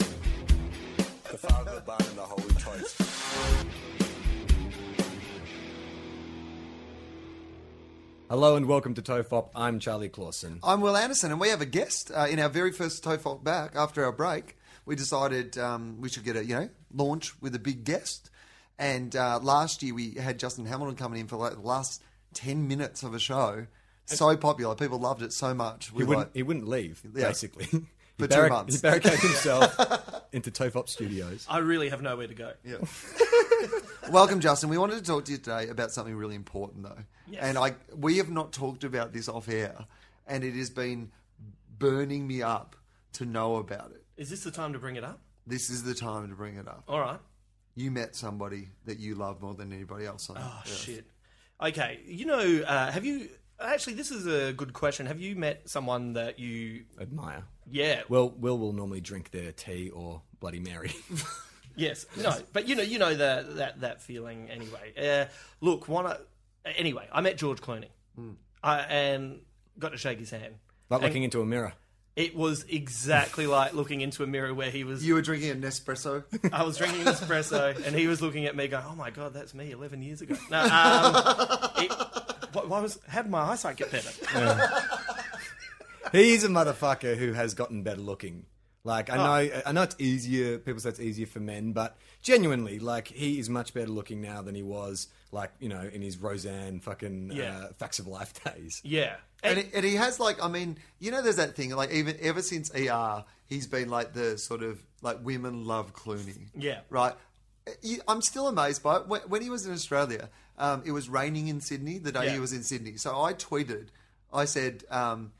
The Father, the Son, and the Holy Ghost. Hello and welcome to Tofop. I'm Charlie Clausen. I'm Will Anderson, and we have a guest uh, in our very first TOEFOP back after our break. We decided um, we should get a you know launch with a big guest, and uh, last year we had Justin Hamilton coming in for like the last ten minutes of a show. So popular, people loved it so much. He We wouldn't. like- He wouldn't leave. Yeah. Basically, he For two months. He barricaded himself into Tofop Studios. I really have nowhere to go. Welcome, Justin. We wanted to talk to you today about something really important, though. And I, we have not talked about this off air, and it has been burning me up to know about it. Is this the time to bring it up? This is the time to bring it up. All right. You met somebody that you love more than anybody else. On Oh, shit. Okay. You know, uh, have you. Actually, this is a good question. Have you met someone that you. Admire. Yeah. Well, Well, Will will normally drink their tea or Bloody Mary. yes. No. But you know, you know the, that, that feeling anyway. Uh, look, one. I- Anyway, I met George Clooney I, and got to shake his hand. like looking into a mirror. It was exactly like looking into a mirror where he was. You were drinking an espresso. I was drinking espresso, and he was looking at me, going, "Oh my god, that's me, eleven years ago." No, um, it, why, why was how did my eyesight get better? He's a motherfucker who has gotten better looking. Like I know, I know it's easier. People say it's easier for men, but genuinely, like he is much better looking now than he was, like you know, in his Roseanne fucking Yeah. uh, Facts of Life days. Yeah, And, And- he- and he has like, I mean, you know, there's that thing like even ever since ER, he's been like the sort of like women love Clooney. Yeah. right. You- I'm still amazed by it. When, when he was in Australia, um, it was raining in Sydney the day Yeah. he was in Sydney. So I tweeted, I said, um,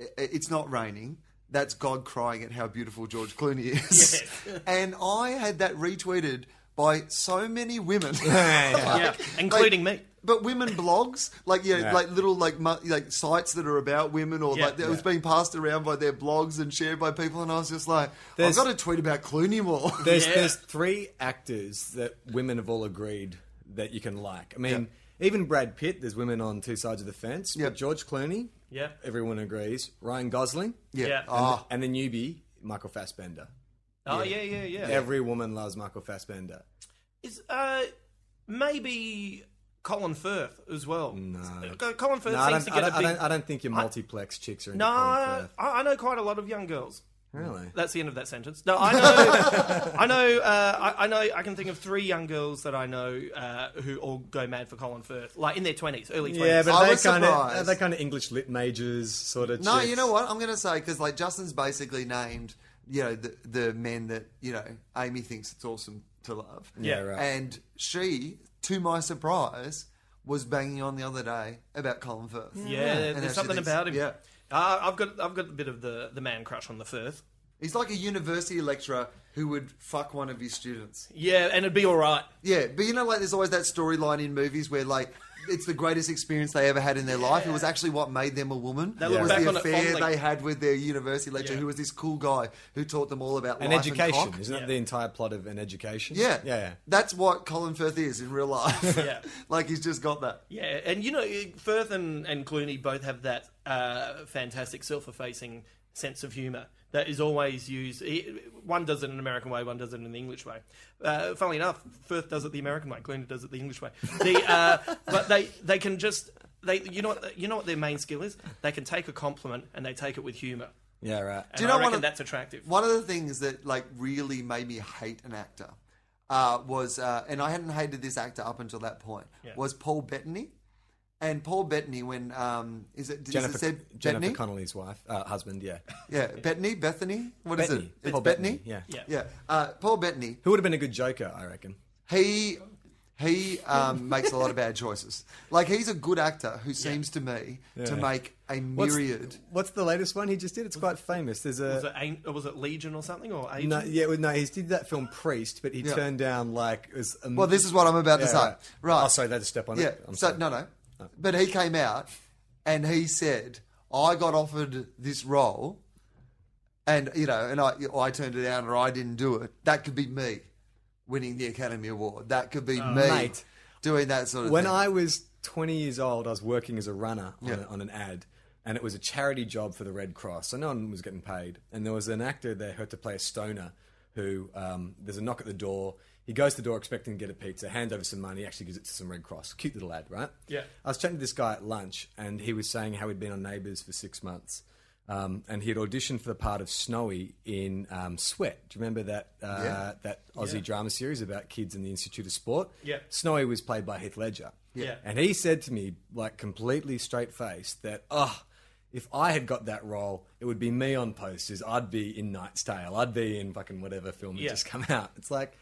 "I- "It's not raining." That's God crying at how beautiful George Clooney is. and I had that retweeted by so many women. yeah, including like- me. But women blogs, like yeah, Yeah. like little like mu- like sites that are about women, or Yeah, like it was being passed around by their blogs and shared by people, and I was just like, There's- I've got to tweet about Clooney more. There's Yeah. there's three actors that women have all agreed that you can like. I mean, even Brad Pitt. There's women on two sides of the fence. Yeah. But George Clooney. Yeah. Everyone agrees. Ryan Gosling. Yeah. Ah, And the newbie Michael Fassbender. Oh yeah, yeah, yeah. Every woman loves Michael Fassbender. Is uh, maybe Colin Firth as well? No, Colin Firth No, I seems don't, I, to get don't, a I, big. don't, I don't think your multiplex chicks are into no, Colin I, Firth. I know quite a lot of young girls. Really? That's the end of that sentence. No, I know, I know, uh, I, I know. I can think of three young girls that I know uh, who all go mad for Colin Firth, like in their twenties, early twenties. Yeah, but I they was kind of surprised. they kind of English lit majors sort of. no, chicks. you know what I'm gonna say because like Justin's basically named you know the the men that you know Amy thinks it's awesome to love. Yeah, right. And she, to my surprise, was banging on the other day about Colin Firth. And Yeah, how she there's something thinks- about him. Yeah. Uh, I've got I've got a bit of the, the man crush on the Firth. He's like a university lecturer who would fuck one of his students. Yeah, and it'd be all right. Yeah, but you know, like there's always that storyline in movies where like it's the greatest experience they ever had in their life. It was actually what made them a woman. They That look was back the on it affair fondly. they had with their university lecturer, Yeah. who was this cool guy who taught them all about An life education, And cock. isn't Yeah. that the entire plot of an education? Yeah, yeah. yeah. That's what Colin Firth is in real life. Yeah. like he's just got that. Yeah, and you know Firth and, and Clooney both have that uh, fantastic self-effacing sense of humour that is always used. he- One does it in an American way, one does it in the English way. Uh, funnily enough, Firth does it the American way, Clooney does it the English way. The, uh, but they they can just they you know what, you know what their main skill is? They can take a compliment and they take it with humour. Yeah, right. And Do you know I reckon one of- that's attractive. One of the things that like really made me hate an actor uh, was, uh, and I hadn't hated this actor up until that point, was Paul Bettany. And Paul Bettany, when um, is it? Jennifer, is it said Jennifer Bettany? Connolly's wife, uh, husband, yeah. yeah, Bettany, Bethany. What is Bettany. it? It's Paul Bettany, yeah. Yeah, uh, Paul Bettany. Who would have been a good Joker, I reckon? He He um, makes a lot of bad choices. Like he's a good actor who seems to me Yeah. to make a What's, myriad. what's the latest one he just did? It's quite famous. There's Was a it, An- or was it Legion or something? Or Agent? no, yeah, well, no, he did that film Priest, but he Yeah. turned down like it was a, Well, this is what I'm about Yeah, to say. Right. right. Oh, sorry, that's a step on yeah. it. I'm So sorry. Oh. no, no. But he came out and he said, "I got offered this role, and you know, and I I turned it down, or I didn't do it. That could be me winning the Academy Award. That could be me Oh, mate. doing that sort of When thing." I was 20 years old, I was working as a runner on, Yeah. a- on an ad, and it was a charity job for the Red Cross, so no one was getting paid. And there was an actor there who had to play a stoner who, um, there's a knock at the door. He goes to the door expecting to get a pizza, hands over some money, actually gives it to some Red Cross. Cute little ad, right? Yeah. I was chatting to this guy at lunch, and he was saying how he'd been on Neighbours for six months. Um, and he had auditioned for the part of Snowy in um, Sweat. Do you remember that uh, Yeah. that Aussie drama series about kids in the Institute of Sport? Yeah. Snowy was played by Heath Ledger. Yeah. And he said to me, like completely straight faced, that, oh, if I had got that role, it would be me on posters. I'd be in Knight's Tale. I'd be in fucking whatever film Yeah. had just come out. It's like,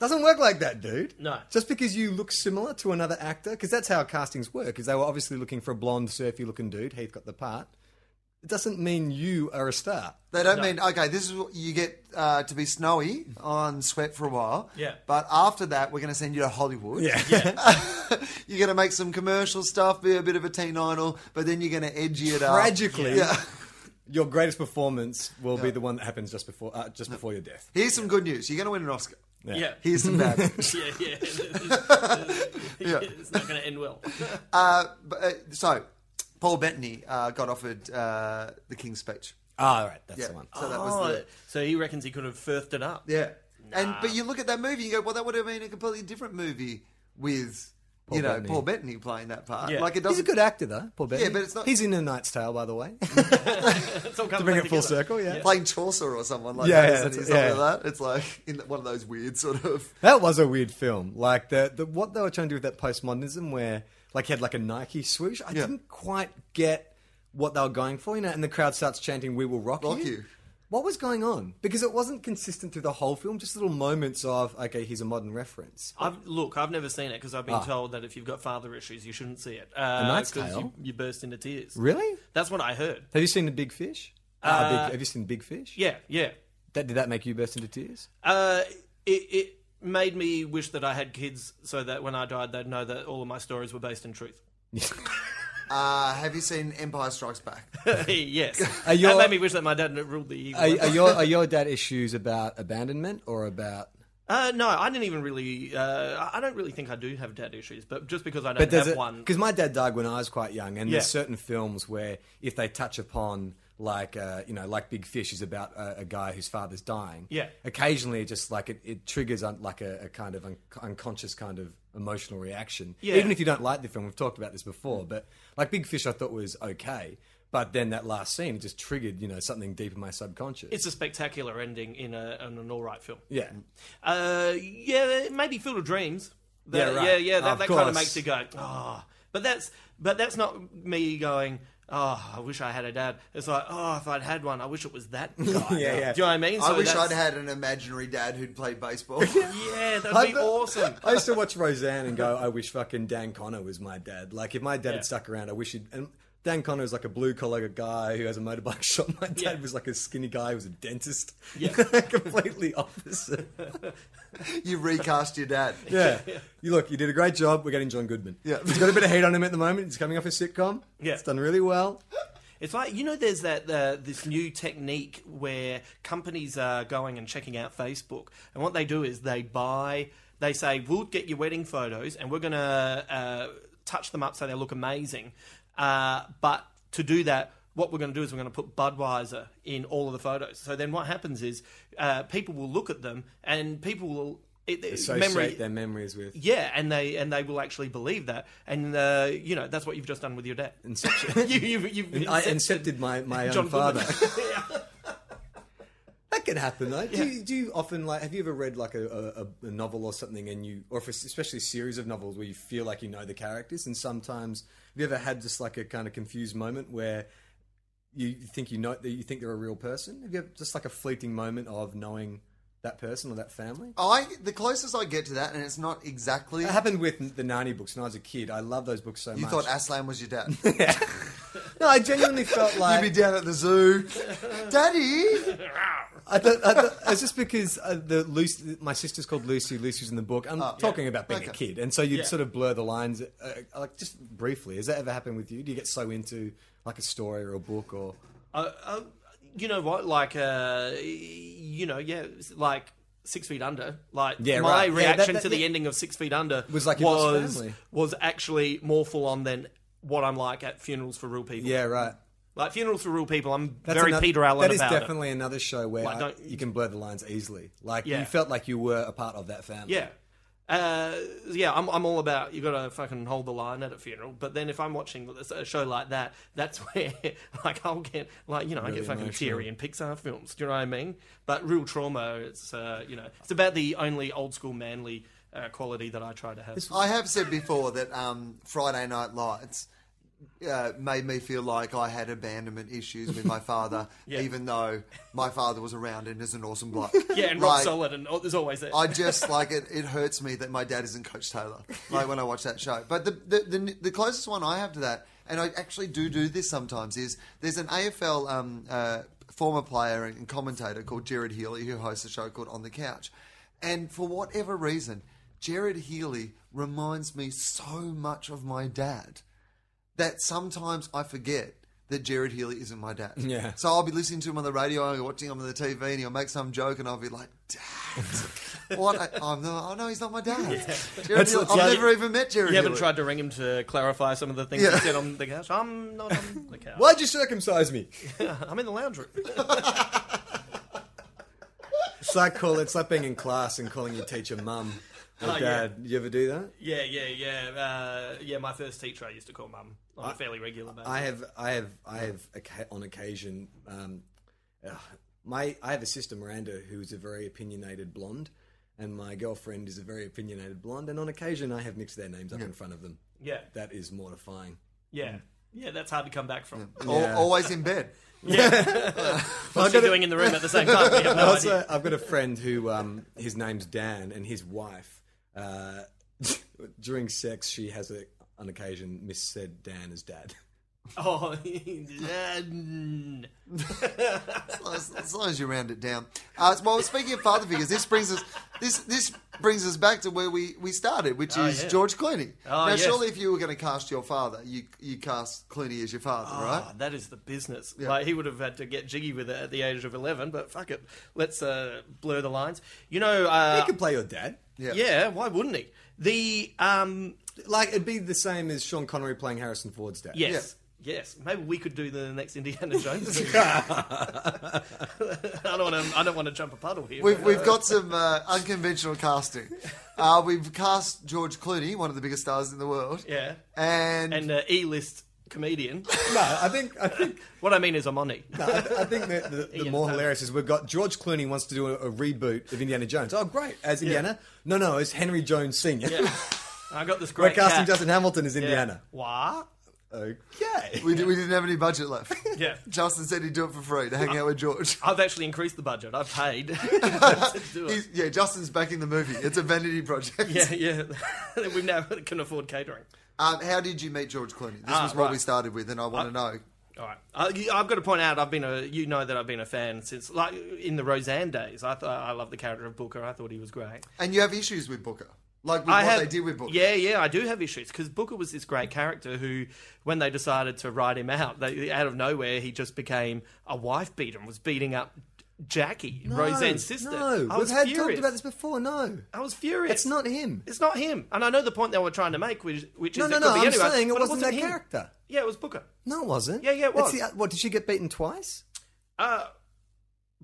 doesn't work like that, dude. No. Just because you look similar to another actor, because that's how castings work, is they were obviously looking for a blonde, surfy looking dude. Heath got the part. It doesn't mean you are a star. They don't No. mean okay. This is what you get uh, to be snowy on sweat for a while. Yeah. But after that, we're going to send you to Hollywood. Yeah. you're going to make some commercial stuff, be a bit of a teen idol, but then you're going to edgy it Tragically, up. Yeah. your greatest performance will Yeah. be the one that happens just before uh, just before your death. Here's some good news. You're going to win an Oscar. yeah. Here's some bad. news. yeah, yeah. It's not going to end well. uh, but, uh, so, Paul Bettany uh, got offered uh, the King's Speech. Ah, all right, that's Yeah. the one. So that was Oh, the so he reckons he could have firthed it up. yeah. And but you look at that movie, you go, well, that would have been a completely different movie with you know Bettany. Paul Bettany playing that part. Yeah. Like it He's a doesn't. good actor, though, Paul Bettany. Yeah, but it's not- He's in A Knight's Tale, by the way. It's all coming Bring back it full together. circle, yeah. Playing Chaucer or someone like Yeah, that, yeah, isn't he? it's- Something yeah. like that. It's like in one of those weird sort of That was a weird film. Like the, the what they were trying to do with that postmodernism, where like he had like a Nike swoosh. I Yeah. didn't quite get what they were going for, you know. And the crowd starts chanting, "We will rock, Rock you." you. What was going on? Because it wasn't consistent through the whole film. Just little moments of okay, here's a modern reference. I've, look, I've never seen it because I've been Ah. told that if you've got father issues, you shouldn't see it. Uh, Knight's 'cause Tale? You, you burst into tears. Really? That's what I heard. Have you seen the Big Fish? Ah, Big- have you seen Big Fish? Yeah, yeah. That did that make you burst into tears? Uh, it, it made me wish that I had kids so that when I died, they'd know that all of my stories were based in truth. Uh, have you seen Empire Strikes Back? yes. Are your- That made me wish that my dad ruled the evil. Are, are your are your dad issues about abandonment or about? Uh, no, I didn't even really. Uh, I- I don't really think I do have dad issues, but just because I don't But there's have one. because my dad died when I was quite young, and Yeah. there's certain films where if they touch upon like uh, you know like Big Fish is about a, a guy whose father's dying. Yeah. occasionally it just like it, it triggers un, like a, a kind of un, unconscious kind of emotional reaction. Yeah. even if you don't like the film, we've talked about this before. But like Big Fish, I thought was okay, but then that last scene it just triggered you know something deep in my subconscious. It's a spectacular ending in, a, in an all right film. yeah, Uh, yeah, maybe Field of Dreams. That- Yeah, right. yeah, yeah, That, Of that kind of course. makes you go, oh. But that's but that's not me going. Oh, I wish I had a dad. It's like, oh, if I'd had one, I wish it was that guy. Yeah, yeah. Do you know what I mean? I So wish I'd that's- had an imaginary dad who'd played baseball. Yeah, that'd I- be awesome. I used to watch Roseanne and go, I wish fucking Dan Connor was my dad. Like, if my dad Yeah. had stuck around, I wish he'd. And Dan Connor is like a blue collar guy who has a motorbike shop. My dad Yeah. was like a skinny guy who was a dentist. Yeah. Completely opposite. you recast your dad. Yeah. You look, you did a great job. We're getting John Goodman. Yeah. He's got a bit of hate on him at the moment. He's coming off a sitcom. Yeah. It's done really well. It's like you know, there's that uh, this new technique where companies are going and checking out Facebook, and what they do is they buy. They say we'll get your wedding photos, and we're gonna uh, touch them up so they look amazing. Uh, but to do that, what we're going to do is we're going to put Budweiser in all of the photos. So then, what happens is uh, people will look at them, and people will. It, it- Associate memory- their memories with. yeah, and they and they will actually believe that, and uh, you know that's what you've just done with your dad. Inception. you, you've, you've I incepted- incepted my, my John own Goodman. father. That can happen though. Do, you, do you often like? Have you ever read like a, a, a novel or something, and you, or if it's especially a series of novels where you feel like you know the characters, and sometimes have you ever had just like a kind of confused moment where you think you know that you think they're a real person? Have you ever just like a fleeting moment of knowing? that person or that family. I the closest I get to that, and it's not exactly. It happened with the Narnia books when I was a kid. I love those books so You much. thought Aslan was your dad. no, I genuinely felt like You'd be down at the zoo, Daddy. I thought, I thought, it's just because uh, the Lucy, my sister's called Lucy. Lucy's in the book. I'm talking about being a Okay. kid, and so you'd Yeah. sort of blur the lines, uh, like just briefly. Has that ever happened with you? Do you get so into like a story or a book or? Uh, uh, you know what? Like, uh, you know, yeah, it's like Six Feet Under. Like, Yeah, my right. Yeah, that- reaction that- to the yeah. ending of Six Feet Under Was like you lost was family. was actually more full on than what I'm like at funerals for real people. Yeah, right. like funerals for real people. I'm very another- Peter Allen That is about it. definitely another show where Like, I- don't- you can blur the lines easily. Like Yeah. you felt like you were a part of that family. Yeah. Uh, yeah, I'm, I'm all about you got to fucking hold the line at a funeral. But then if I'm watching a show like that, that's where like I'll get like you know I get fucking emotional. teary in Pixar films. Do you know what I mean? But real trauma, it's uh, you know it's about the only old school manly uh, quality that I try to have. I have said before that um, Friday Night Lights uh, made me feel like I had abandonment issues with my father, even though my father was around and is an awesome bloke. yeah, and rock like, solid, and oh, there's always that. I just like it. It hurts me that my dad isn't Coach Taylor. Like when I watch that show. But the the, the the closest one I have to that, and I actually do do this sometimes, is there's an AFL um, uh, former player and commentator called Jared Healy who hosts a show called On the Couch, and for whatever reason, Jared Healy reminds me so much of my dad that sometimes I forget that Jared Healy isn't my dad. Yeah. So I'll be listening to him on the radio, and watching him on the TV, and he'll make some joke, and I'll be like, "Dad, what? I, I'm not, I know he's not my dad. Jared That's- Healy, that's- I've yeah, never even met Jared you haven't Healy. tried to ring him to clarify some of the things Yeah. he said on the couch. I'm not on the couch. Why'd you circumcise me? I'm in the lounge room. It's like call. It's like being in class and calling your teacher mum or Oh, yeah. dad. You ever do that? yeah, yeah, yeah, uh, yeah. My first teacher, I used to call mum on a fairly regular basis. I have, I have, I have oca- on occasion. Um, uh, my, I have a sister Miranda who is a very opinionated blonde, and my girlfriend is a very opinionated blonde. And on occasion, I have mixed their names up in front of them. Yeah. that is mortifying. Yeah. Yeah, that's hard to come back from. Al- Yeah. Always in bed. What's she doing in the room at the same time? We have no also, idea. I've got a friend who um, his name's Dan, and his wife uh, during sex she has a, on occasion missaid Dan as dad. Oh, yeah, mm. As long as, as long as you round it down. Uh, well, speaking of father figures, this brings us this this brings us back to where we, we started, which Oh, is yeah. George Clooney. Oh, now, yes. surely, if you were going to cast your father, you you cast Clooney as your father, right? Ah, that is the business. Like he would have had to get jiggy with it at the age of eleven, but fuck it, let's uh, blur the lines. You know, He uh, could play your dad. yeah. why wouldn't he? The um, Like it'd be the same as Sean Connery playing Harrison Ford's dad. yes, yes, maybe we could do the next Indiana Jones. movie. I don't want to. I don't want to jump a puddle here. We've, but, we've got some uh, unconventional casting. Uh, we've cast George Clooney, one of the biggest stars in the world. yeah, And, and uh, E-list comedian. No, I think I think what I mean is, I'm on E. it. I, I think that the, the Ian more Fleming. hilarious is we've got George Clooney wants to do a, a reboot of Indiana Jones. Oh, great! As Indiana? No, no, it's Henry Jones Senior. Yeah. I got this We're great casting cat. Justin Hamilton as Indiana. What? Okay. we, di- we didn't have any budget left. Yeah. Justin said he'd do it for free to hang out with George. I've actually increased the budget. I've paid to do it. He's, yeah, Justin's backing the movie. It's a vanity project. Yeah, yeah. we now can afford catering. Um, how did you meet George Clooney? This Ah, was what we right. started with, and I want to know. All right. I, you- I've got to point out, I've been a, you know that I've been a fan since, like, in the Roseanne days. I thought I loved the character of Booker. I thought he was great. And you have issues with Booker, like with I what have, they did with Booker. Yeah, yeah, I do have issues because Booker was this great character who, when they decided to write him out, they, out of nowhere, he just became a wife beater and was beating up Jackie, Roseanne's sister. No, I was we've had furious. talked about this before. No, I was furious. it's not him. It's not him. And I know the point they were trying to make, which, which No, is no, it no. could I'm be anyone, saying it but wasn't, that him. character. Yeah, it was Booker. No, it wasn't. Yeah, yeah, it That's was. the- uh, what did she get beaten twice? Uh,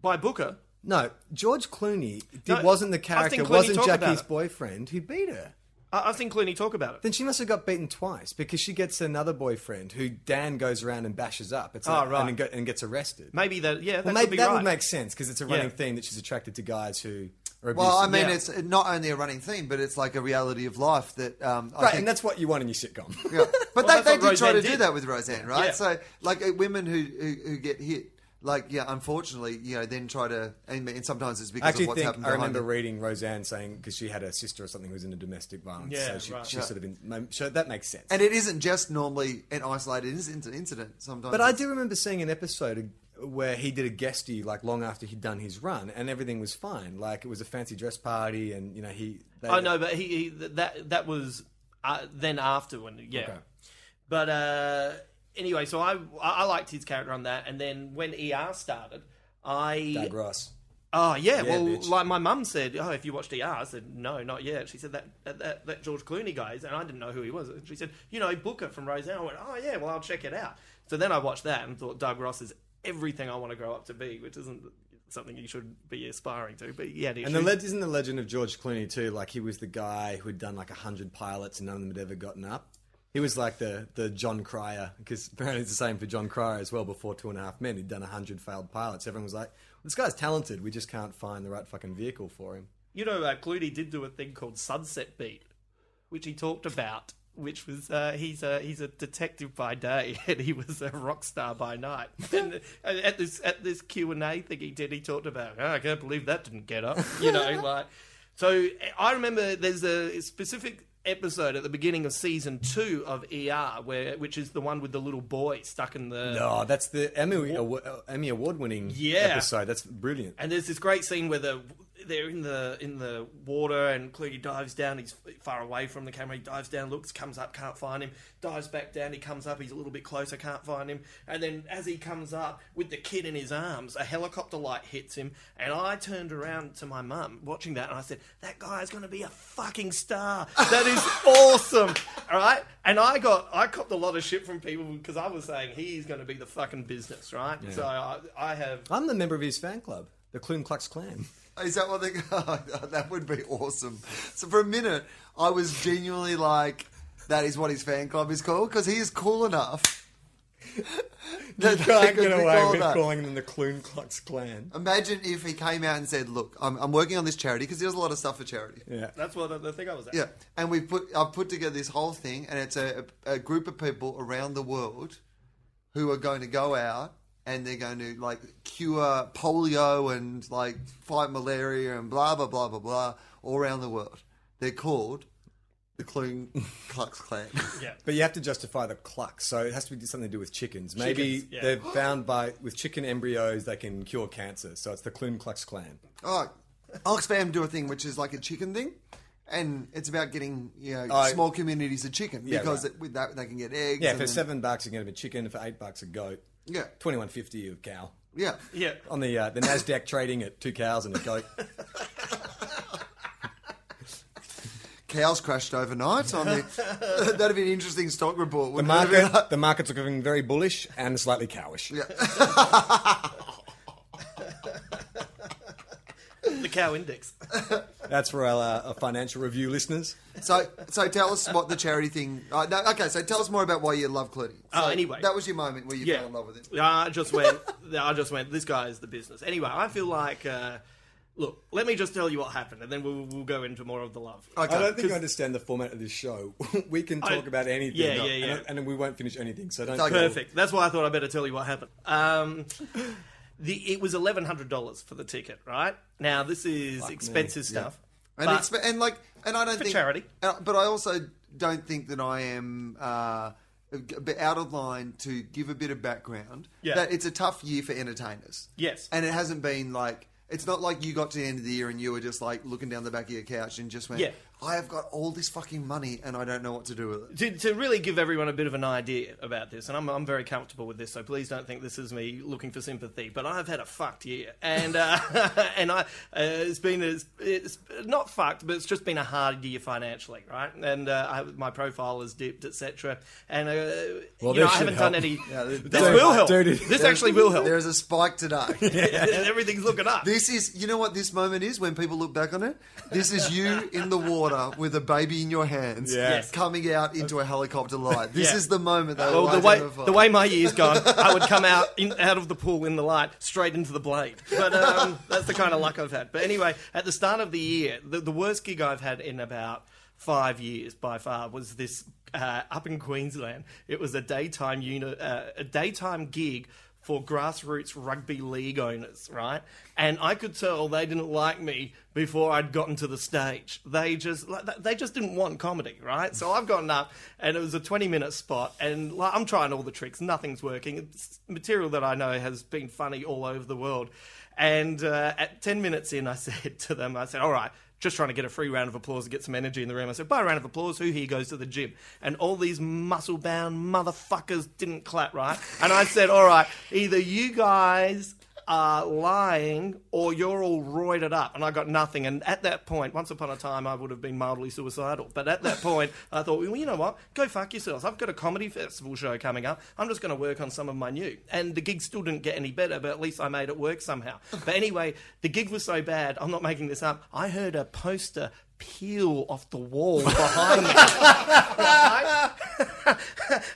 by Booker. No, George Clooney did, No, wasn't the I've character. seen Clooney Wasn't talk about Jackie's it. boyfriend who beat her. I- I've seen Clooney talk about it. Then she must have got beaten twice because she gets another boyfriend who Dan goes around and bashes up. It's Oh, like- right. and, go- and gets arrested. Maybe that. Yeah, that Well, could maybe be that right. would make sense because it's a running Yeah. theme that she's attracted to guys who are abusive. Well, I mean, Yeah. it's not only a running theme, but it's like a reality of life that um, I right, think and that's what you want in your sitcom. Yeah. But Well, they, they that's did what try Roseanne to do did. that with Roseanne, right? Yeah. So, like uh, women who, who who get hit, like yeah, unfortunately, you know, then try to and, and sometimes it's because I actually of what's think happened. I behind remember it. reading Roseanne saying because she had a sister or something who was in a domestic violence. Yeah, so she, right. she Yeah. sort of in, so that makes sense. and it isn't just normally an isolated inc- incident. Sometimes, But I it's- do remember seeing an episode where he did a guestie like long after he'd done his run, and everything was fine. Like it was a fancy dress party, and you know he. They, I know, but he, he that that was uh, then after when yeah. Okay. But uh, anyway, so I I liked his character on that, and then when ER started, I Doug Ross. Oh yeah, well, bitch. like my mum said, oh, if you watched ER, I said no, not yet. She said that that, that that George Clooney guy is, and I didn't know who he was. And she said, you know, Booker from Roseanne. I went, oh yeah, well I'll check it out. So then I watched that and thought Doug Ross is everything I want to grow up to be, which isn't something you should be aspiring to. But yeah, And the le- isn't the legend of George Clooney too? Like he was the guy who had done like a hundred pilots and none of them had ever gotten up. He was like the the John Cryer because apparently it's the same for John Cryer as well. Before Two and a Half Men, he'd done a hundred failed pilots. Everyone was like, "This guy's talented. We just can't find the right fucking vehicle for him." you know, uh, Clooney did do a thing called Sunset Beat, which he talked about, which was uh, he's a he's a detective by day and he was a rock star by night. And uh, at this at this Q and A thing he did, he talked about, oh, I can't believe that didn't get up, you know, like. So I remember there's a specific episode at the beginning of season two of ER where which is the one with the little boy stuck in the Oh, that's the Emmy award, Emmy award winning Yeah. episode. That's brilliant. And there's this great scene where the they're in the in the water and Clooney dives down. He's far away from the camera. He dives down, looks, comes up, can't find him. Dives back down. He comes up. He's a little bit closer, can't find him. And then as he comes up with the kid in his arms, a helicopter light hits him. And I turned around to my mum watching that, and I said, "That guy is going to be a fucking star. That is awesome, all right." And I got I copped a lot of shit from people because I was saying he's going to be the fucking business, right? So I, I have I'm the member of his fan club, the Kloon Klux Klan. Is that what they? Oh, that would be awesome. So for a minute, I was genuinely like, "That is what his fan club is called," because he is cool enough. that they Can't could get be away called with that. calling them the Kloon Klux Klan. Imagine if he came out and said, "Look, I'm, I'm working on this charity because he does a lot of stuff for charity." Yeah. That's what the- the thing I was at. Yeah, and we put I've put together this whole thing, and it's a, a group of people around the world who are going to go out and they're going to like cure polio and like fight malaria and blah blah blah blah blah all around the world. They're called the Kloon Klux Klan. But you have to justify the clucks, so it has to be something to do with chickens. Maybe Chickens, yeah. they're found by with chicken embryos they can cure cancer, so it's the Kloon Klux Klan. oh, Oxfam do a thing which is like a chicken thing. And it's about getting you know, Oh, small communities of chicken yeah, because right. it- with that they can get eggs. Yeah, and for then- seven bucks you can have a chicken, for eight bucks a goat, Yeah, twenty one fifty of cow. yeah, Yeah. On the uh, the Nasdaq trading at two cows and a goat. cows crashed overnight. So I mean, that'd be an interesting stock report. The wouldn't it? market the market's looking very bullish and slightly cowish. The cow index. That's for our, uh, our financial review listeners. So, so tell us what the charity thing. Uh, no, okay, so tell us more about why you love Clooney. So Oh, anyway. that was your moment where you yeah. fell in love with him. I just went. I just went. This guy is the business. Anyway, I feel like. Uh, look, let me just tell you what happened, and then we'll, we'll go into more of the love. Okay. I don't think 'cause- I understand the format of this show. we can I- talk about anything, Yeah, no, yeah, yeah. And, and we won't finish anything. So don't. Okay. Perfect. That's why I thought I better tell you what happened. Um, the it was eleven hundred dollars for the ticket, right? Now this is expensive stuff. And, but- it's, and like, and I don't For think charity. uh, but I also don't think that I am uh, a bit out of line to give a bit of background. Yeah. that it's a tough year for entertainers. Yes. and it hasn't been like. It's not like you got to the end of the year and you were just like looking down the back of your couch and just went, Yeah. I have got all this fucking money and I don't know what to do with it. to, to really give everyone a bit of an idea about this, and I'm, I'm very comfortable with this, so please don't think this is me looking for sympathy. But I've had a fucked year, and uh, and I uh, it's been it's, it's not fucked, but it's just been a hard year financially, right? And uh, I, my profile has dipped, etc. And uh, Well, you know, this I haven't should done help. any. Yeah, this don't- will help. Dude, it- This actually will help. There's a spike today. Everything's looking up. This is, you know what this moment is when people look back on it? This is you in the water with a baby in your hands Yeah. Yes. coming out into a helicopter light. This Yeah. is the moment that Well, Oh, the way the way my year's gone, I would come out in, out of the pool in the light, straight into the blade. But um, that's the kind of luck I've had. But anyway, at the start of the year, the, the worst gig I've had in about five years by far was this uh, up in Queensland. It was a daytime unit, uh, a daytime gig for grassroots rugby league owners, right? And I could tell they didn't like me before I'd gotten to the stage. They just like, they- they just didn't want comedy, right? So I've gotten up, and it was a twenty minute spot, and like, I'm trying all the tricks, nothing's working. It's material that I know has been funny all over the world. And uh, at ten minutes in, I said to them, I said, "All right." just trying to get a free round of applause to get some energy in the room. I said, by a round of applause, who here goes to the gym? And all these muscle bound motherfuckers didn't clap, right? And I said, all right, either you guys are lying or you're all roided up. And I got nothing. And at that point, once upon a time, I would have been mildly suicidal. But at that point, I thought, well, you know what? Go fuck yourselves. I've got a comedy festival show coming up. I'm just going to work on some of my new. And the gig still didn't get any better, but at least I made it work somehow. But anyway, the gig was so bad, I'm not making this up. I heard a poster peel off the wall behind me. Right? and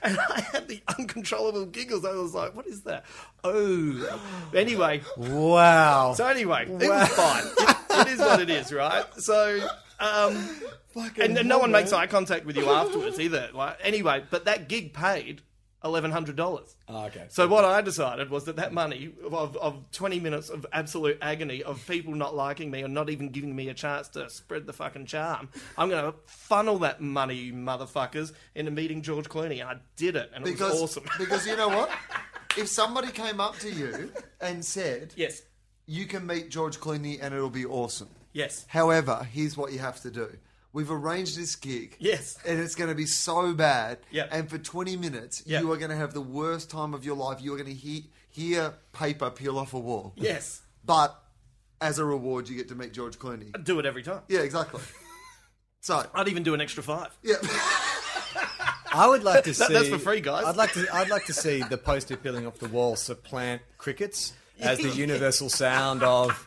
I had the uncontrollable giggles. I was like, what is that? Oh. Anyway, Wow. so anyway, it was fine. It, it is what it is, right? So, um, and, and no one makes eye contact with you afterwards either. Like anyway, but that gig paid eleven hundred dollars. Ah, okay. So what I decided was that that money of, of twenty minutes of absolute agony of people not liking me and not even giving me a chance to spread the fucking charm, I'm going to funnel that money, you motherfuckers, into meeting George Clooney. I did it, and it was Because, awesome. because you know what? If somebody came up to you and said, yes, you can meet George Clooney and it'll be awesome. yes, However, here's what you have to do. We've arranged this gig. Yes. And it's going to be so bad. Yep. And for 20 minutes, Yep. you are going to have the worst time of your life. You are going to he- hear paper peel off a wall. yes. But as a reward, you get to meet George Clooney. Do it every time. Yeah, exactly. So, I'd even do an extra five. yeah. I would like to see That- that's for free, guys. I'd like to I'd like to see the poster peeling off the wall supplant crickets as the universal sound of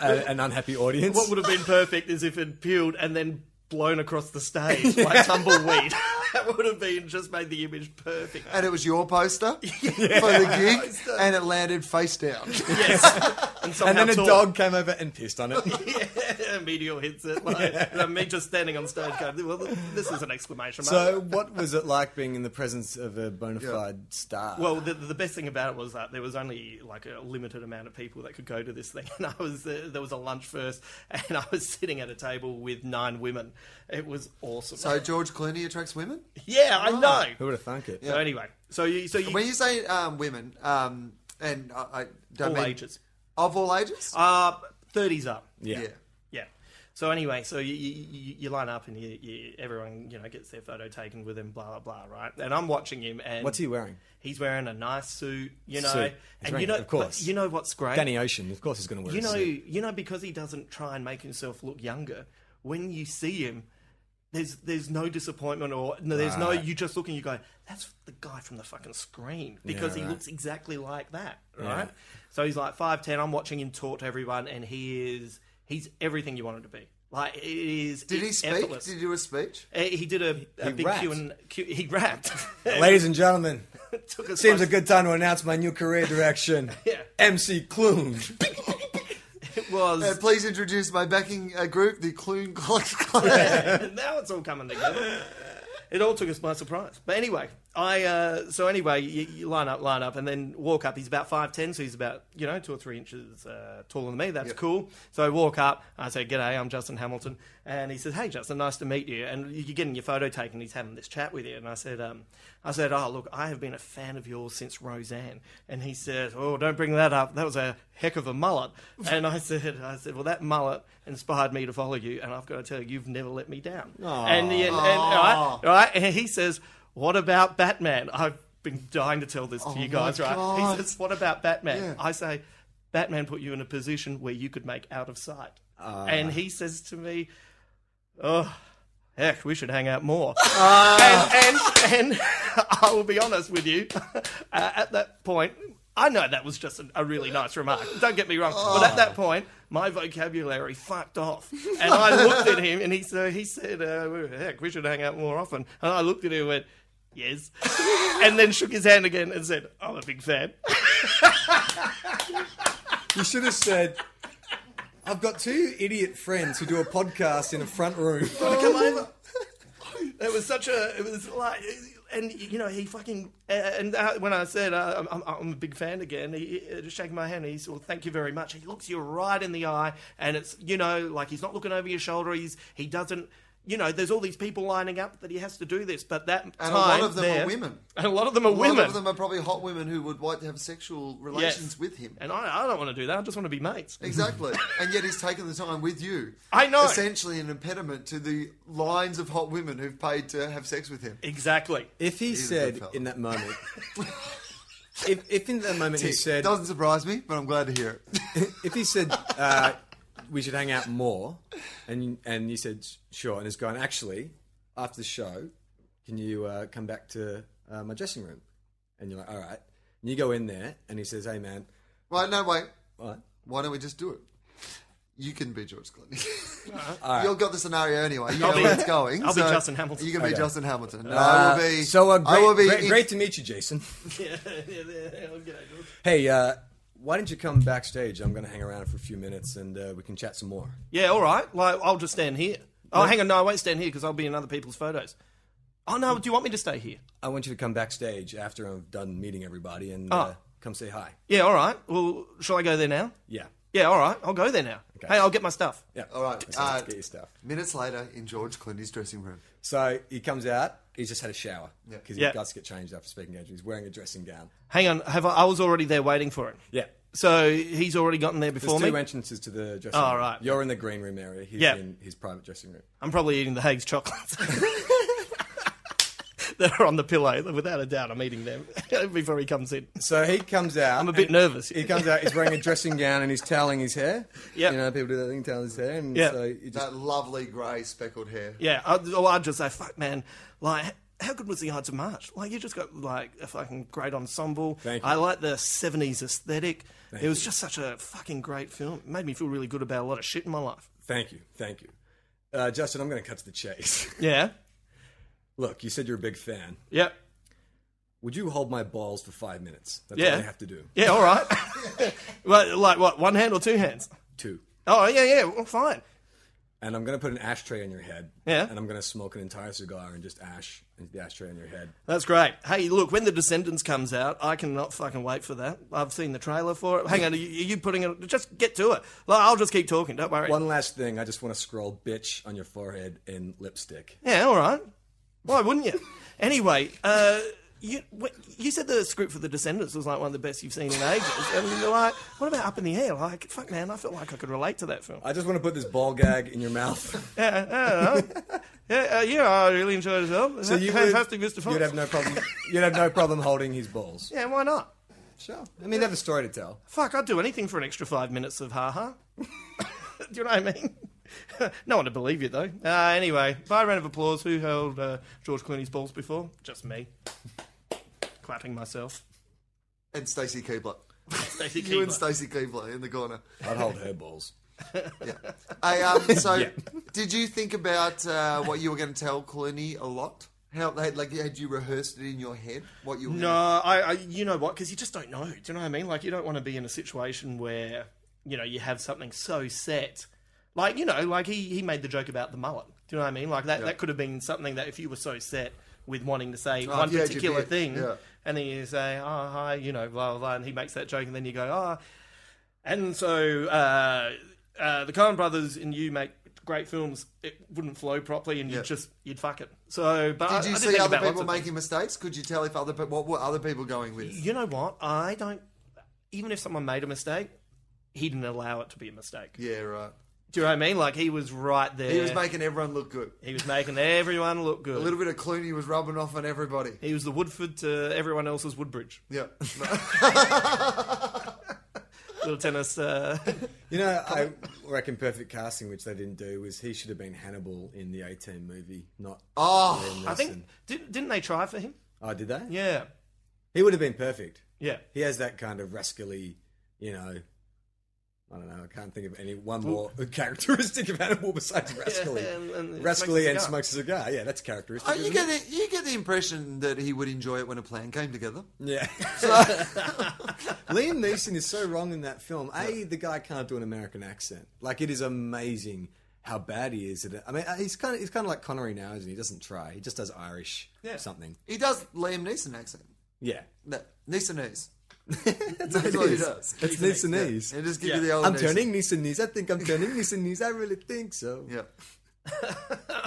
a, an unhappy audience. What would have been perfect is if it peeled and then blown across the stage like tumbleweed. that would have been just made the image perfect. And it was your poster for the gig, and it landed face down. Yes. And, somehow and then a tall. dog came over and pissed on it. yeah, meteor hits it. Like, and me just standing on stage going, well, this is an exclamation mark. so, what was it like being in the presence of a bona fide star? Well, the, the best thing about it was that there was only like a limited amount of people that could go to this thing, and I was uh, there was a lunch first, and I was sitting at a table with nine women. It was awesome. So, George Clooney attracts women? yeah, I know. who would have thunk it? So anyway, so you so you When you say um, women, um, and I, I don't all mean ages, of all ages, uh, thirties up. Yeah. Yeah. So anyway, so you, you, you- you line up and you, you everyone you know gets their photo taken with him, blah blah blah, right? And I'm watching him, and What's he wearing? He's wearing a nice suit, you know, Suit. He's and wearing you know, it, of course. but you know what's great, Danny Ocean, of course, is going to wear. You a know, suit. you know, because he doesn't try and make himself look younger. When you see him, there's there's no disappointment or no, there's no. You just look and you go, that's the guy from the fucking screen because he right. looks exactly like that, right? So he's like five ten. I'm watching him talk to everyone, and he is he's everything you wanted to be. Like it is. did he it's speak? effortless. Did he do a speech? Uh, he did a, a He big rapped. Q and Q, he rapped. Ladies and gentlemen, Took us seems by- a good time to announce my new career direction. Yeah. MC Clune. It was. Uh, please introduce my backing uh, group, the Clune Clocks Club. And now it's all coming together. It all took us by surprise. But anyway, I uh, so anyway, you, you line up, line up, and then walk up. He's about five ten, so he's about you know two or three inches uh, taller than me. That's cool. So I walk up. I say, "G'day, I'm Justin Hamilton," and he says, "Hey, Justin, nice to meet you." And you're getting your photo taken. He's having this chat with you, and I said, um, "I said, oh look, I have been a fan of yours since Roseanne." And he says, "Oh, don't bring that up. That was a heck of a mullet." And I said, "I said, well, that mullet inspired me to follow you, and I've got to tell you, you've never let me down." And, he, and, and right, right, and he says, "What about Batman?" I've been dying to tell this to you guys, right? Oh God. He says, "What about Batman?" Yeah. I say, "Batman put you in a position where you could make out of sight," Ah. and he says to me, "Oh." Heck, we should hang out more. And, and, and I will be honest with you, uh, at that point, I know that was just a, a really nice remark. Don't get me wrong. But at that point, my vocabulary fucked off. And I looked at him and he, so he said, uh, well, heck, we should hang out more often. And I looked at him and went, yes. And then shook his hand again and said, I'm a big fan. You should have said, I've got two idiot friends who do a podcast in a front room. Come over. It was such a. It was like, and you know, he fucking. And uh, when I said uh, I'm- I'm, I'm a big fan again, he, he just shaking my hand. He said, "Well, thank you very much." He looks you right in the eye, and it's you know, like he's not looking over your shoulder. He's he doesn't. You know, there's all these people lining up that he has to do this, but that And time a lot of them are there- women. and a lot of them are A women. lot of them are probably hot women who would like to have sexual Yes. relations with him. and I, I don't want to do that. I just want to be mates. Exactly. and yet he's taken the time with you. I know. Essentially an impediment to the lines of hot women who've paid to have sex with him. Exactly. If he a good said fella. in that moment, if, if in that moment he said, Doesn't surprise me, but I'm glad to hear it. if he said uh, we should hang out more, and and you said sure, and has gone actually after the show, can you uh, come back to uh, my dressing room? And you're like, all right. And you go in there, and he says, hey man, Right, no, wait. what? Why don't we just do it? You can be George Clooney. right. You've got the scenario anyway. You know I'll be- where it's going. I'll be so Justin Hamilton. You can be Okay. Justin Hamilton. No, I Uh, will be. so uh, great, I will be. great, great to meet you, Jason. Yeah, yeah, yeah, okay. hey, uh, why don't you come backstage? I'm going to hang around for a few minutes, and uh, we can chat some more. Yeah, all right. Like, I'll just stand here. Oh, hang on. No, I won't stand here because I'll be in other people's photos. Oh, no. Do you want me to stay here? I want you to come backstage after I'm done meeting everybody, and Ah. uh, come say hi. Yeah, all right. Well, shall I go there now? Yeah, Yeah, all right. I'll go there now. Okay. Hey, I'll get my stuff. yeah. All right, Let's- let's uh, get your stuff. Minutes later in George Clooney's dressing room. So he comes out. He's just had a shower because Yeah. he got to get changed after speaking engagement. He's wearing a dressing gown. Hang on. Have I, I was already there waiting for him. Yeah. So he's already gotten there There's before two me. entrances to the dressing Oh, room. right. You're in the green room area. He's Yeah. in his private dressing room. I'm probably eating the Hague's chocolates. That are on the pillow. Without a doubt, I'm eating them before he comes in. So he comes out. I'm a bit and nervous. He comes out. He's wearing a dressing gown and he's toweling his hair. Yeah. You know, people do that thing, towel his hair. And Yeah. so you just That lovely grey speckled hair. Yeah, I'd, or I'd just say, fuck, man, like, how good was the Ides of March? Like, you just got, like, a fucking great ensemble. Thank you. I like the 70s aesthetic. it was just such a fucking great film. It made me feel really good about a lot of shit in my life. thank you, thank you, uh, Justin. I'm going to cut to the chase. Yeah? Look, you said you're a big fan. Yeah. Would you hold my balls for five minutes? That's Yeah. all I have to do. Yeah, all right. well, like, what, one hand or two hands? Two. Oh, yeah, yeah, well, fine. And I'm going to put an ashtray on your head. Yeah. And I'm going to smoke an entire cigar and just ash the ashtray on your head. That's great. Hey, look, when The Descendants comes out, I cannot fucking wait for that. I've seen the trailer for it. Hang on, are you, are you putting it? Just get to it. Like, I'll just keep talking, don't worry. One last thing, I just want to scroll bitch on your forehead in lipstick. Yeah, all right. Why wouldn't you? Anyway, uh, you wh- you said the script for The Descendants was like one of the best you've seen in ages, and you're like, what about Up in the Air? Like, fuck, man, I felt like I could relate to that film. I just want to put this ball gag in your mouth. Yeah, uh, yeah, I really enjoyed it as well. So you would- fantastic, Mr. Fox. You'd have no problem. You'd have no problem holding his balls. yeah, why not? Sure. I mean, they have a story to tell. Fuck, I'd do anything for an extra five minutes of ha ha. do you know what I mean? no one to believe you though. Uh, anyway, by a round of applause, who held uh, George Clooney's balls before? Just me, clapping myself. And Stacey Keebler. Stacey You and Keebler. Stacey Keebler in the corner. I'd hold her balls. I, um, so, did you think about uh, what you were going to tell Clooney a lot? How had, like had you rehearsed it in your head? What you were No, I, I you know what? Because you just don't know. Do you know what I mean? Like you don't want to be in a situation where you know you have something so set. Like you know, like he he made the joke about the mullet. Do you know what I mean? Like that that could have been something that if you were so set with wanting to say one Ah, yeah, it'd particular be it. thing, Yeah. and then you say, "Oh hi," you know, blah blah, blah, and he makes that joke, and then you go, "Oh," and so uh, uh, the Coen Brothers and you make great films. It wouldn't flow properly, and Yeah. you'd just you'd fuck it. So, but I- Did you I did see think other about lots people of things. making mistakes? Could you tell if other people what were other people going with? You know what? I don't. Even if someone made a mistake, he didn't allow it to be a mistake. Yeah, right. Do you know what I mean? Like he was right there. He was making everyone look good. He was making everyone look good. A little bit of Clooney was rubbing off on everybody. He was the Woodford to everyone else's Woodbridge. Yeah. Little tennis. Uh, You know, I reckon perfect casting, which they didn't do, was he should have been Hannibal in the A Team movie, not. Oh. Liam Ah, I think Neeson. didn't, didn't they try for him? Oh, did they? Yeah, He would have been perfect. yeah. He has that kind of rascally, you know. I don't know. I can't think of any one more characteristic of animal besides rascally. and- and smokes a rascally and cigar. smokes a cigar. Yeah, that's characteristic. Oh, you isn't get it? the, you get the impression that he would enjoy it when a plan came together. Yeah. Liam Neeson is so wrong in that film. A, the guy can't do an American accent. Like it is amazing how bad he is. at it. I mean, uh, he's kind of he's kind of like Connery now, isn't he? He doesn't try. He just does Irish Yeah. something. He does Liam Neeson accent. Yeah, No, Neesonese. that's what he does. It's knees and knees. And just give Yeah. you the old. I'm Neeson. turning knees and knees. I think I'm turning knees and knees. I really think so. Yeah.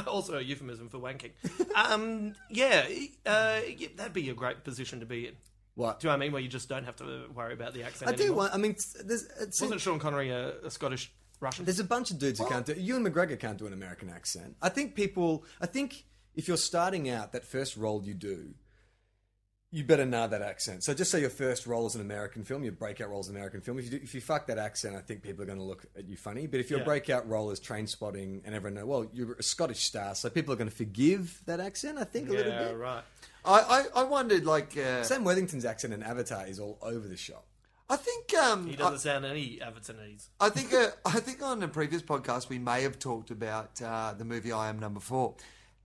also a euphemism for wanking. Um, yeah, uh, yeah, that'd be a great position to be in. What? Do you know what I mean where you just don't have to worry about the accent? I do anymore? want. I mean, it's- there's it's, Wasn't Sean Connery a, a Scottish Russian? there's a bunch of dudes who can't do. Ewan McGregor can't do an American accent. I think people. I think if you're starting out, that first role you do, you better know that accent. So just say your first role is an American film, your breakout role is an American film. If you do, if you fuck that accent, I think people are going to look at you funny. But if your Yeah. breakout role is Train Spotting, and everyone know, well, you're a Scottish star, so people are going to forgive that accent. I think a little yeah, bit. right. I, I, I wondered like uh, Sam Worthington's accent in Avatar is all over the shop. I think um He I- doesn't sound any Evertonese. I think uh, I think on a previous podcast we may have talked about uh, the movie I Am Number Four,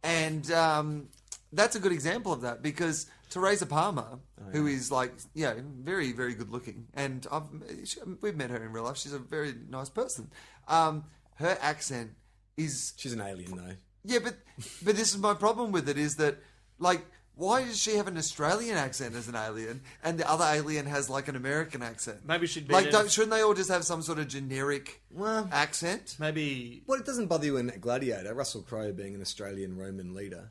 and um, that's a good example of that because Teresa Palmer, who is like you know very very good looking, and I've, she, we've met her in real life. She's a very nice person. Um, her accent is She's an alien though. yeah, but but this is my problem with it is that like why does she have an Australian accent as an alien and the other alien has like an American accent? Maybe she'd be like in- don't, shouldn't they all just have some sort of generic Well- accent? Maybe Well, it doesn't bother you in Gladiator, Russell Crowe being an Australian Roman leader.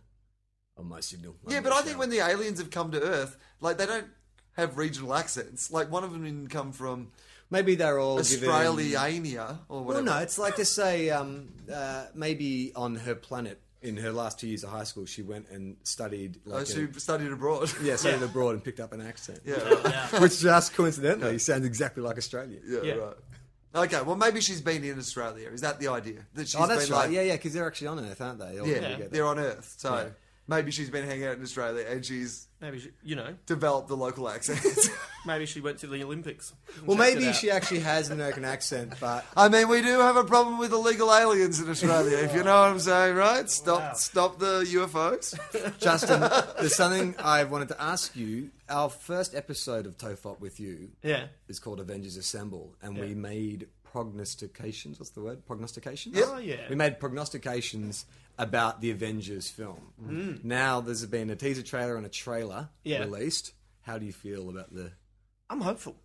On my signal. Yeah, but I think when the aliens have come to Earth, like they don't have regional accents. Like one of them didn't come from maybe they're all given- Australia or Well, whatever. no, it's like to say um, uh, maybe on her planet in her last two years of high school, she went and studied. Like, Oh, a- she studied abroad. yeah, studied abroad and picked up an accent. uh, yeah, which just coincidentally sounds exactly like Australian. yeah, Yeah. right. Okay, well maybe she's been in Australia. Is that the idea? That she's oh, that's been right. like, yeah, yeah, because they're actually on Earth, aren't they? All yeah, together. they're on Earth. So Yeah. maybe she's been hanging out in Australia and she's maybe she, you know developed the local accent. maybe she went to the Olympics. Well, Checked it maybe out. she actually has an American accent, but I mean, we do have a problem with illegal aliens in Australia, if you know what I'm saying, right? Stop, Wow. stop the UFOs. Justin, there's something I wanted to ask you. Our first episode of Tofop with you Yeah. is called Avengers Assemble, and we made prognostications. What's the word? Prognostications? Oh, yeah. We made prognostications about the Avengers film. Now there's been a teaser trailer and a trailer Mm. Yeah. released. How do you feel about the. I'm hopeful.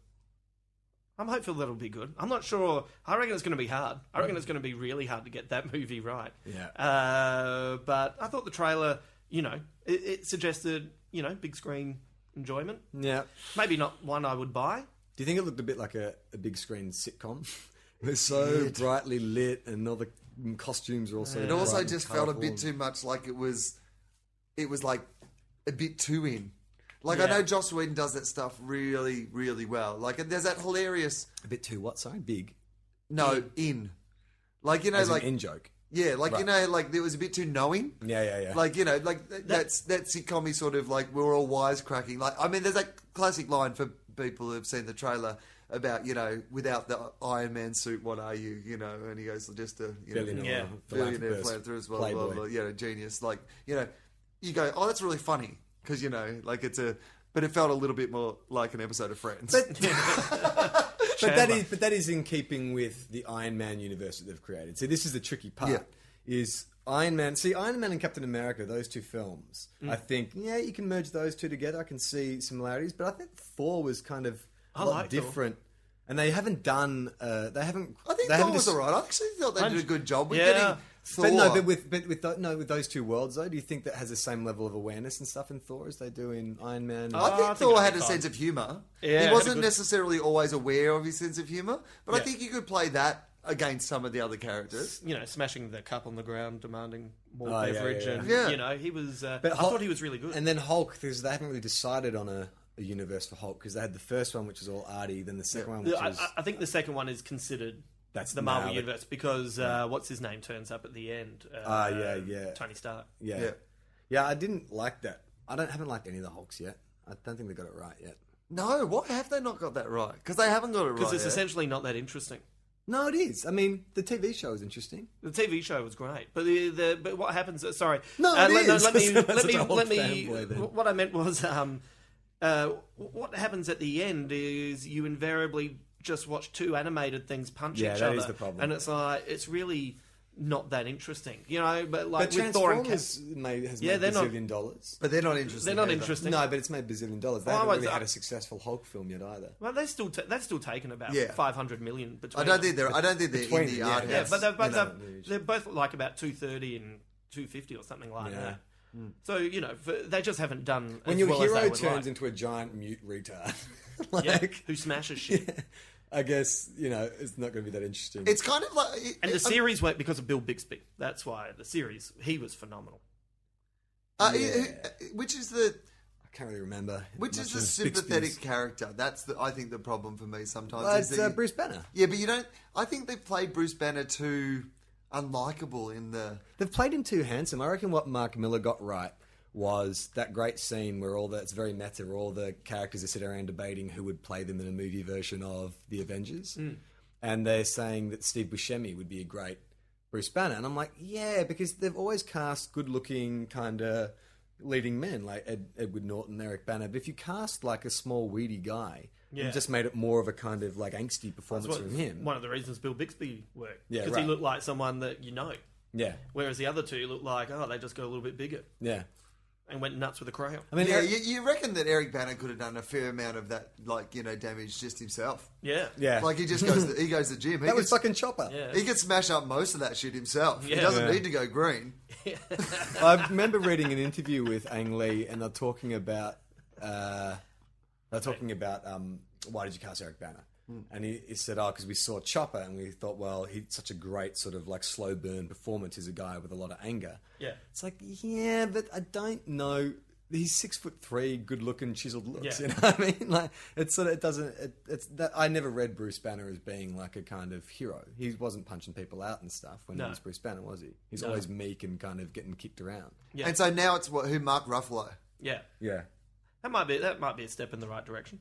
I'm hopeful that'll be good. I'm not sure. I reckon it's going to be hard. I reckon it's going to be really hard to get that movie right. Yeah. Uh, but I thought the trailer, you know, it, it suggested, you know, big screen enjoyment. Yeah. Maybe not one I would buy. Do you think it looked a bit like a, a big screen sitcom? It was so brightly lit, and all the costumes were also. It also just felt a bit too much like it was, it was like a bit too in. Like I Yeah. know Joss Whedon does that stuff really, really well. Like and there's that hilarious A bit too what? Sorry, big. no in, like you know, Mm. As like an in joke. yeah, like you Right. know, like there was a bit too knowing. Yeah, yeah, yeah. Like you know, like th- that's that sitcom sort of like we're all wisecracking. Like I mean, there's that classic line for people who've seen the trailer about you know, without the Iron Man suit, what are you? You know, and he goes just a you know, Billionaire Yeah. billionaire philanthropist, philanthropist, blah, blah, playboy. blah, you know, genius. Like, you know, you go, oh, that's really funny. Because, you know, like it's a, but it felt a little bit more like an episode of Friends. But that Chandler. is but that is in keeping with the Iron Man universe that they've created. See, this is the tricky part. Yeah. Is Iron Man? See, Iron Man and Captain America, those two films. Mm. I think yeah, you can merge those two together. I can see similarities, but I think Thor was kind of a I lot like Thor. different. And they haven't done. Uh, they haven't. I think they Thor haven't was dis- all right. I actually thought they did a good job. We're Yeah. getting Thor. But no, but with but with tho- no with those two worlds though, do you think that has the same level of awareness and stuff in Thor as they do in Iron Man? I think I think Thor it'll had be a fine. sense of humour. Yeah, had he a wasn't good- necessarily always aware of his sense of humour, but I Yeah. think you could play that against some of the other characters. You know, smashing the cup on the ground, demanding more Oh, yeah, beverage, yeah, and yeah. Yeah. you know, he was. Uh, But I Hulk- thought he was really good. And then Hulk, because they haven't really decided on a, a universe for Hulk, because they had the first one, which was all arty, then the second one, which The- I, was. I- I think the second one is considered That's the Marvel now the- universe because uh, what's his name turns up at the end. Uh, Ah, yeah, yeah. Tony Stark. yeah. yeah. Yeah. I didn't like that. I don't haven't liked any of the Hulks yet. I don't think they got it right yet. No, why have they not got that right? Because they haven't got it right. Because it's yet. essentially not that interesting. No, it is. I mean, the TV show is interesting. The TV show was great, but the, the but what happens? uh, Sorry, No, it let, is. let me That's let me an old let me. fanboy then. What I meant was, um, uh, what happens at the end is you invariably just watch two animated things punch Yeah, each that other, is the problem. and it's like it's really not that interesting. You know, but like But with Thor and Cap- Transformers made, has Yeah, made they're not- bazillion dollars. But they're not interesting. they're not either. interesting. No, but it's made bazillion dollars. They Well, I haven't was- really had I- a successful Hulk film yet either. Well, they're still ta they're still taking about Yeah. five hundred million between. I don't them. think they're. I don't think they're Between in the them, art yeah. Yeah, house. but they're, but you know. they're, they're both like about two thirty and two fifty or something like Yeah. Hmm. that. So you know for, they just haven't done When as your well as hero they would turns like. into a giant mute retard, yeah, like who smashes shit. I guess you know it's not going to be that interesting. it's kind of like And the it- series went because of Bill Bixby. That's why the series he was phenomenal. uh, Yeah. it- it- which is the I can't really remember. which much is the of sympathetic Bixby's- character. That's the I think the problem for me sometimes. Well, is it's that uh, you- Bruce Banner. Yeah, but you don't. I think they've played Bruce Banner too unlikable in the. They've played him too handsome. I reckon what Mark Miller got right was that great scene where all that's very meta, where all the characters are sitting around debating who would play them in a movie version of the Avengers, Mm. and they're saying that Steve Buscemi would be a great Bruce Banner, and I'm like, yeah, because they've always cast good-looking kind of leading men like Ed, Edward Norton, Eric Banner, but if you cast like a small weedy guy, Yeah. it just made it more of a kind of like angsty performance That's from what- him. One of the reasons Bill Bixby worked. Yeah, Because right. he looked like someone that you know. Yeah, Whereas the other two looked like, oh, they just got a little bit bigger yeah. and went nuts with a crayon. I mean, Yeah, Eric- you, you reckon that Eric Banner could have done a fair amount of that, like you know, damage just himself. Yeah. yeah, Like he just goes, to, he goes to the gym. He that was could- fucking Chopper. Yeah. He could smash up most of that shit himself. He Yeah. doesn't Yeah. need to go green. I remember reading an interview with Ang Lee, and they're talking about uh, they're talking about um, why did you cast Eric Banner? Mm. And he, he said, "Oh, because we saw Chopper, and we thought, well, he's such a great sort of like slow burn performance. He's a guy with a lot of anger. Yeah. It's like, yeah, but I don't know. He's six foot three, good looking, chiseled looks. Yeah. You know what I mean? Like it's sort of it doesn't. It, it's that I never read Bruce Banner as being like a kind of hero. He wasn't punching people out and stuff when No. he was Bruce Banner, was he? He's always meek and kind of getting kicked around. Yeah. And so now it's what who Mark Ruffalo. Yeah. Yeah. That might be that might be a step in the right direction.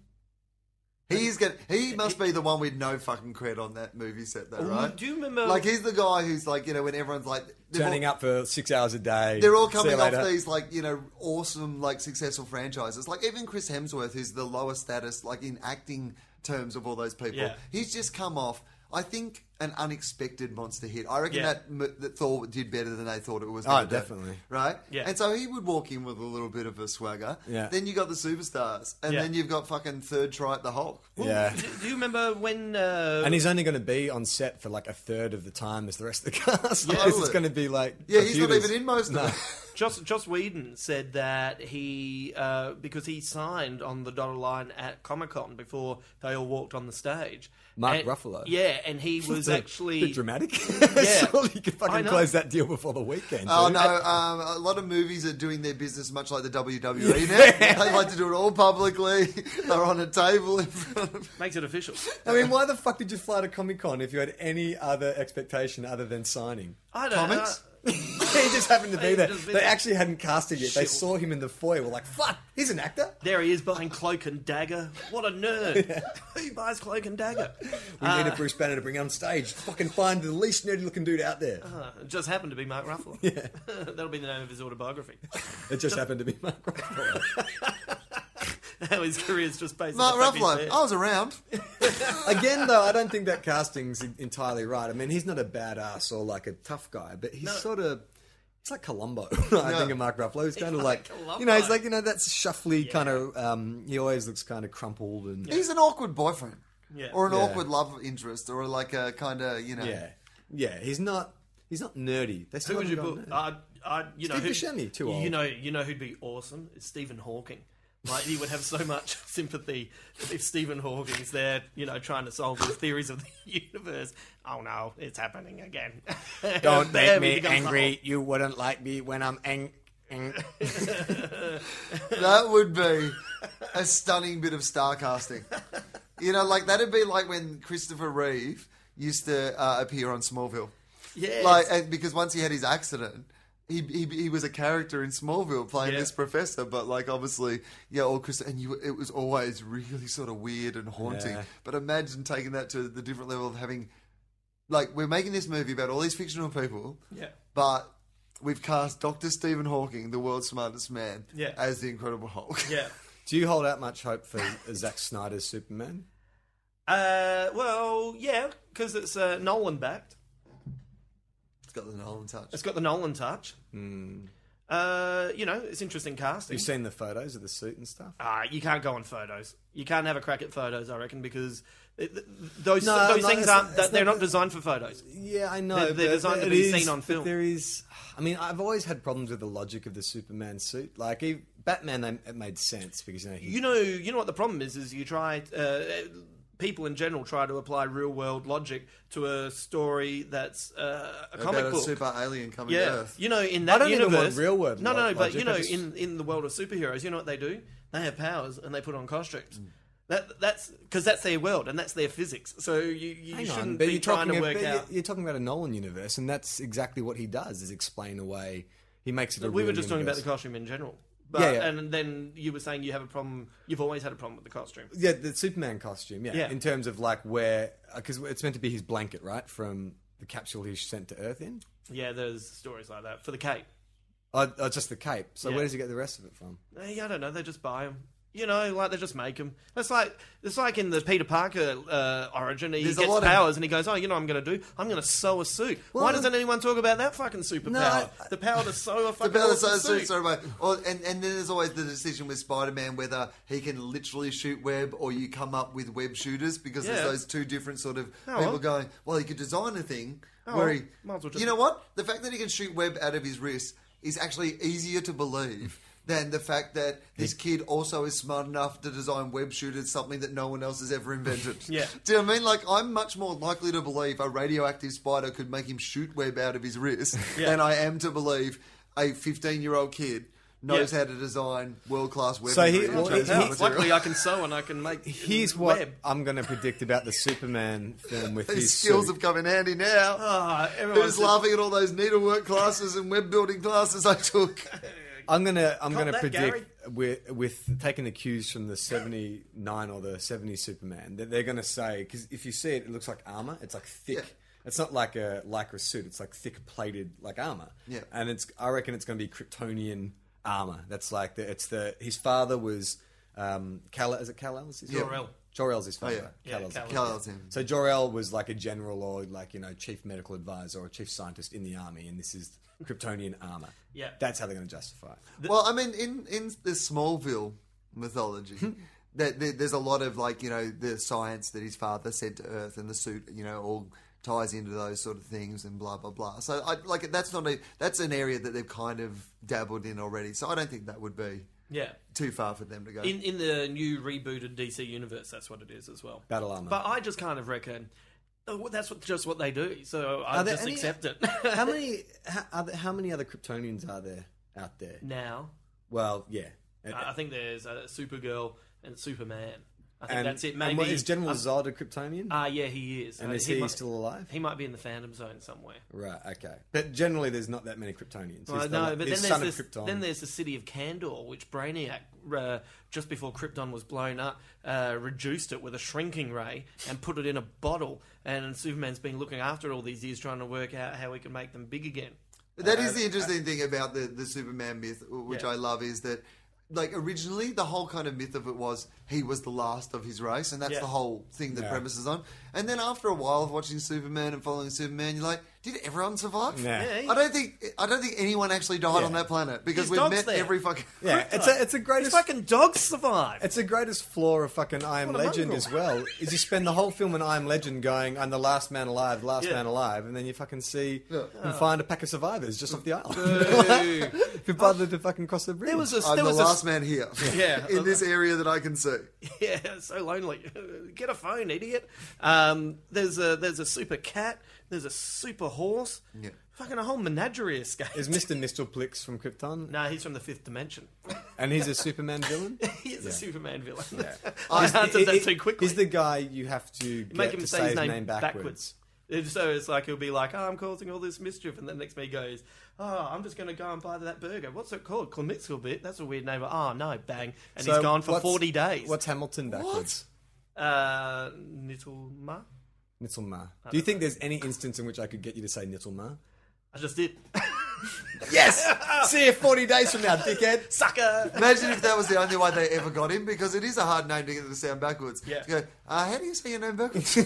He is gonna. He must be the one with no fucking cred on that movie set, though, Ooh, right? do you remember- Like he's the guy who's like, you know, when everyone's like they're Turning all, up for six hours a day. They're all See you coming off later. these like you know awesome like successful franchises. Like even Chris Hemsworth, who's the lowest status like in acting terms of all those people, Yeah. he's just come off. I think an unexpected monster hit. I reckon Yeah. that that, that Thor did better than they thought it was. Oh, gonna do, definitely. right? Yeah. And so he would walk in with a little bit of a swagger. Yeah. Then you got the superstars, and Yeah. then you've got fucking third try at the Hulk. Yeah. Do, do you remember when uh, And he's only going to be on set for like a third of the time as the rest of the cast. Like, Totally. It's going to be like Yeah, he's not computers. even in most of it. Joss, Joss Whedon said that he uh, because he signed on the dotted line at Comic Con before they all walked on the stage. Mark And- Ruffalo. Yeah, and he It's was a actually bit dramatic. Yeah. Surely you could I fucking know. close that deal before the weekend. Oh dude. no! Um, a lot of movies are doing their business much like the WWE now. They like to do it all publicly. They're on a table in front of. makes it official. I mean, why the fuck did you fly to Comic Con if you had any other expectation other than signing? I don't know. Comics? he just happened to be He there. Uh, just- They actually hadn't cast it yet. They Shit. saw him in the foyer. Were like, "Fuck, he's an actor." There he is buying cloak and dagger. What a nerd! Who buys cloak and dagger? We Uh, need a Bruce Banner to bring on stage. Fucking find the least nerdy looking dude out there. Uh, it just happened to be Mark Ruffalo. Yeah. That'll be the name of his autobiography. It just happened to be Mark Ruffalo. How his career's just based. Mark on the fact he's Ruffalo. Oh, there. I was around. Again, though, I don't think that casting's en- entirely right. I mean, he's not a badass or like a tough guy, but he's sort of. He's like Columbo. I think of Mark Ruffalo. He's kind of like like, you know, he's Columbo. like you know that's shuffly kind of. Um, he always looks kind of crumpled and yeah, He's an awkward boyfriend, Yeah. or an Yeah. awkward love interest, or like a kind of you know. yeah, He's not. He's not nerdy. They still Who would you haven't book? gone Uh, uh, you know, Steve who- Buscemi, too You old. know, you know who'd be awesome? It's Stephen Hawking. Like he would have so much sympathy if Stephen Hawking's there, you know, trying to solve his theories of the universe. Oh no, it's happening again. There he becomes the Hulk. You wouldn't like me when I'm angry. That would be a stunning bit of star casting. You know, like that'd be like when Christopher Reeve used to uh, appear on Smallville. Yes. Like and because once he had his accident, he, he he was a character in Smallville playing Yeah. this professor. But like obviously, yeah, all Chris and you, it was always really sort of weird and haunting. Yeah. But imagine taking that to the different level of having, like, we're making this movie about all these fictional people, Yeah. but we've cast Doctor Stephen Hawking, the world's smartest man, Yeah. as the Incredible Hulk. Yeah. Do you hold out much hope for Zack Snyder's Superman? Uh, well, yeah, because it's uh, Nolan backed. It's got the Nolan touch. It's got the Nolan touch. Hmm. Uh, you know, it's interesting casting. You've seen the photos of the suit and stuff. Ah, you can't go on photos. You can't have a crack at photos, I reckon, because it, th- those No, those no, things it's- aren't. it's that they're not- not designed for photos. Yeah, I know. They're- they're but designed to it be is- seen on but film. There is. I mean, I've always had problems with the logic of the Superman suit. Like, ev Batman, they, it made sense because you know. He, You know, you know what the problem is. Is you try uh, people in general try to apply real world logic to a story that's uh, a comic About a book. super alien coming to yeah, Earth. you know, in that don't even universe, want real world No, no, no. lo- But you logic, know, I just- in in the world of superheroes, you know what they do? They have powers and they put on costumes. Mm. That that's because that's their world and that's their physics. So you, you Hang shouldn't on, but be you're trying talking, to about, work but you're- out. you're talking about a Nolan universe, and that's exactly what he does: is explain away. He makes it. A we were real just talking about the universe. costume in general. But, Yeah, yeah. And then you were saying you have a problem. You've always had a problem with the costume. Yeah, the Superman costume. Yeah, Yeah. in terms of like where, because it's meant to be his blanket, right, from the capsule he's sent to Earth in. Yeah, there's stories like that for the cape. Oh, oh, just the cape. So Yeah. where does he get the rest of it from? Hey, Eh, I don't know. They just buy them. You know, like they just make them. It's like it's like in the Peter Parker uh, origin. He There's a gets lot of- powers, and he goes, "Oh, you know, what I'm going to do. I'm going to sew a suit." Why Well- doesn't anyone talk about that fucking superpower? I- the power to sew a The fucking Bella awesome Sosa suit. sort of a- or, and, and then there's always the decision with Spider Man whether he can literally shoot web or you come up with web shooters because Yeah. there's those two different sort of Oh, people well. going, well, he could design a thing Oh, where well, he. might as well just- You know what? The fact that he can shoot web out of his wrist is actually easier to believe. Than the fact that this kid also is smart enough to design web shooters, something that no one else has ever invented. Yeah. Do you know what I mean? Like, I'm much more likely to believe a radioactive spider could make him shoot web out of his wrist than I am to believe a 15 year old kid knows Yeah. how to design world class weaponry. So he- and well, turns he- out he- material. Luckily, I can sew and I can make. Here's Mm, web. what I'm going to predict about the Superman film with These his skills suit. have come in handy Oh, now. Ah, everyone's Who's laughing at all those needlework classes and web building classes I took? I'm gonna I'm gonna that, predict with with taking the cues from the '79 or the '70 Superman that they're gonna say because if you see it, it looks like armor. It's like thick. Yeah. It's not like a lycra suit. It's like thick plated like armor. Yeah. and it's I reckon it's gonna be Kryptonian armor. That's like the it's the his father was um Kal is it Kal-El? Is his Yeah. Jor-El. Jor-El's his father. Yeah, Kal-El's- Kal-El. Kal-El's him. So Jor-El was like a general or like you know chief medical advisor or chief scientist in the army, and this is Kryptonian armor. Yeah. that's how they're gonna justify it. well, I mean, in in the Smallville mythology, Hmm. that there, there's a lot of like you know the science that his father sent to Earth, and the suit, you know, all ties into those sort of things, and blah blah blah. So, I, like, that's not a that's an area that they've kind of dabbled in already. So, I don't think that would be Yeah. too far for them to go. In in the new rebooted DC universe, that's what it is as well. Battle armor. But I just kind of reckon oh, that's what, just what they do. So I Are there just any- accept it. how many how, are there, how many other Kryptonians are there out there? now, Well, yeah. And, I I think there's uh, Supergirl and Superman. I think and- that's it. and Maybe what- is General uh, Zod a Kryptonian? Ah, yeah, he is. and Uh, is he, might, still alive? He might be in the fandom zone somewhere. right. Okay. But generally, there's not that many Kryptonians. He's Well, the, no, like, but then the there's, son this, of Krypton. then there's the city of Kandor, which Brainiac, uh, just before Krypton was blown up, uh, reduced it with a shrinking ray and put it in a bottle. And Superman's been looking after it all these years, trying to work out how he can make them big again. But that is the interesting thing about the, the Superman myth, which uh, Yeah. I love, is that like originally the whole kind of myth of it was he was the last of his race, and that's Yeah. the whole thing the Yeah. premise is on. And then after a while of watching Superman and following Superman, you're like, did everyone survive? Nah. Yeah. I don't think I don't think anyone actually died Yeah. on that planet because His we've dog's met there. every fucking yeah, it's a it's a His greatest fucking dogs survive. it's the greatest flaw of fucking I Am What a Legend mongrel. as well. Is you spend the whole film in I Am Legend going I'm the last man alive, the last Yeah. man alive, and then you fucking see and find a pack of survivors just off the island. Boo. Who bothered to fucking cross the bridge? there was a, I'm there the was a, last man here. Yeah. in this area that I can see. Yeah, so lonely. Get a phone, idiot. Um, there's a there's a super cat. There's a super horse. Yeah. Fucking a whole menagerie escape. Is Mr. Mistelplix from Krypton? No, he's from the fifth dimension. And he's a Superman villain? He is a Superman villain. I I answered that too quickly. He's the guy you have to get Make him to say his name, backwards. backwards. And So it's like he'll be like, "Oh, I'm causing all this mischief," and then next minute he goes, "Oh, I'm just going to go and buy that burger. What's it called? Klemitzkel bit. That's a weird name. Oh no, bang!" And So he's gone for what's- forty days. What's Hamilton backwards? uh, Nittelma? Nittelma. Do you think there's any instance in which I could get you to say Nittelma? I just did. yes! See you 40 days from now, dickhead. Sucker! Imagine if that was the only way they ever got him because it is a hard name to get them to sound backwards. Yeah. To go, uh, how do you say your name backwards? he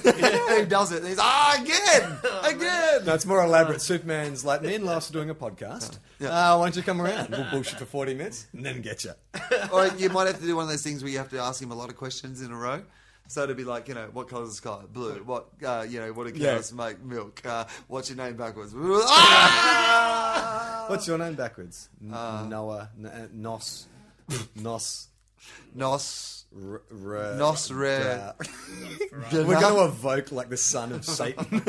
does it. And he's, ah, again! Again! No, it's more elaborate. Superman's like, me and Lars are doing a podcast. Uh, why don't you come around? We'll bullshit for 40 minutes and then get you. or you might have to do one of those things where you have to ask him a lot of questions in a row. So to be like, you know, what colour is the sky? Blue. What, uh, you know, what do Yeah. cows make? Milk. Uh, what's your name backwards? Ah! What's your name backwards? N- Noah, N- uh, Nos, Nos, Nos. r- r- Nos rare. Ra- We're going to evoke like the son of Satan.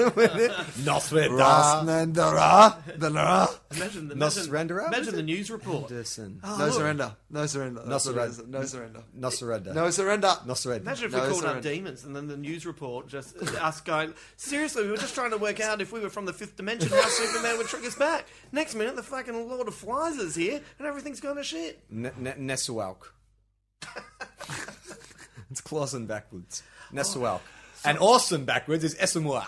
Nos rare Ah. das. Nosrendera. Imagine the, Nos imagine, Rendera, was imagine it? uh, the news report. Anderson. No surrender. No surrender. No That's what it surrender. is. No surrender. No surrender. No surrender. No surrender. Imagine if No, we called sorry. up demons and then the news report just us going, seriously, we were just trying to work out if we were from the fifth dimension, how Superman would trick us back. Next minute, the fucking Lord of Flies is here and everything's gone to shit. N- n- Nessualk. it's close and backwards. Oh. Nessualk. And awesome backwards is Essemoir.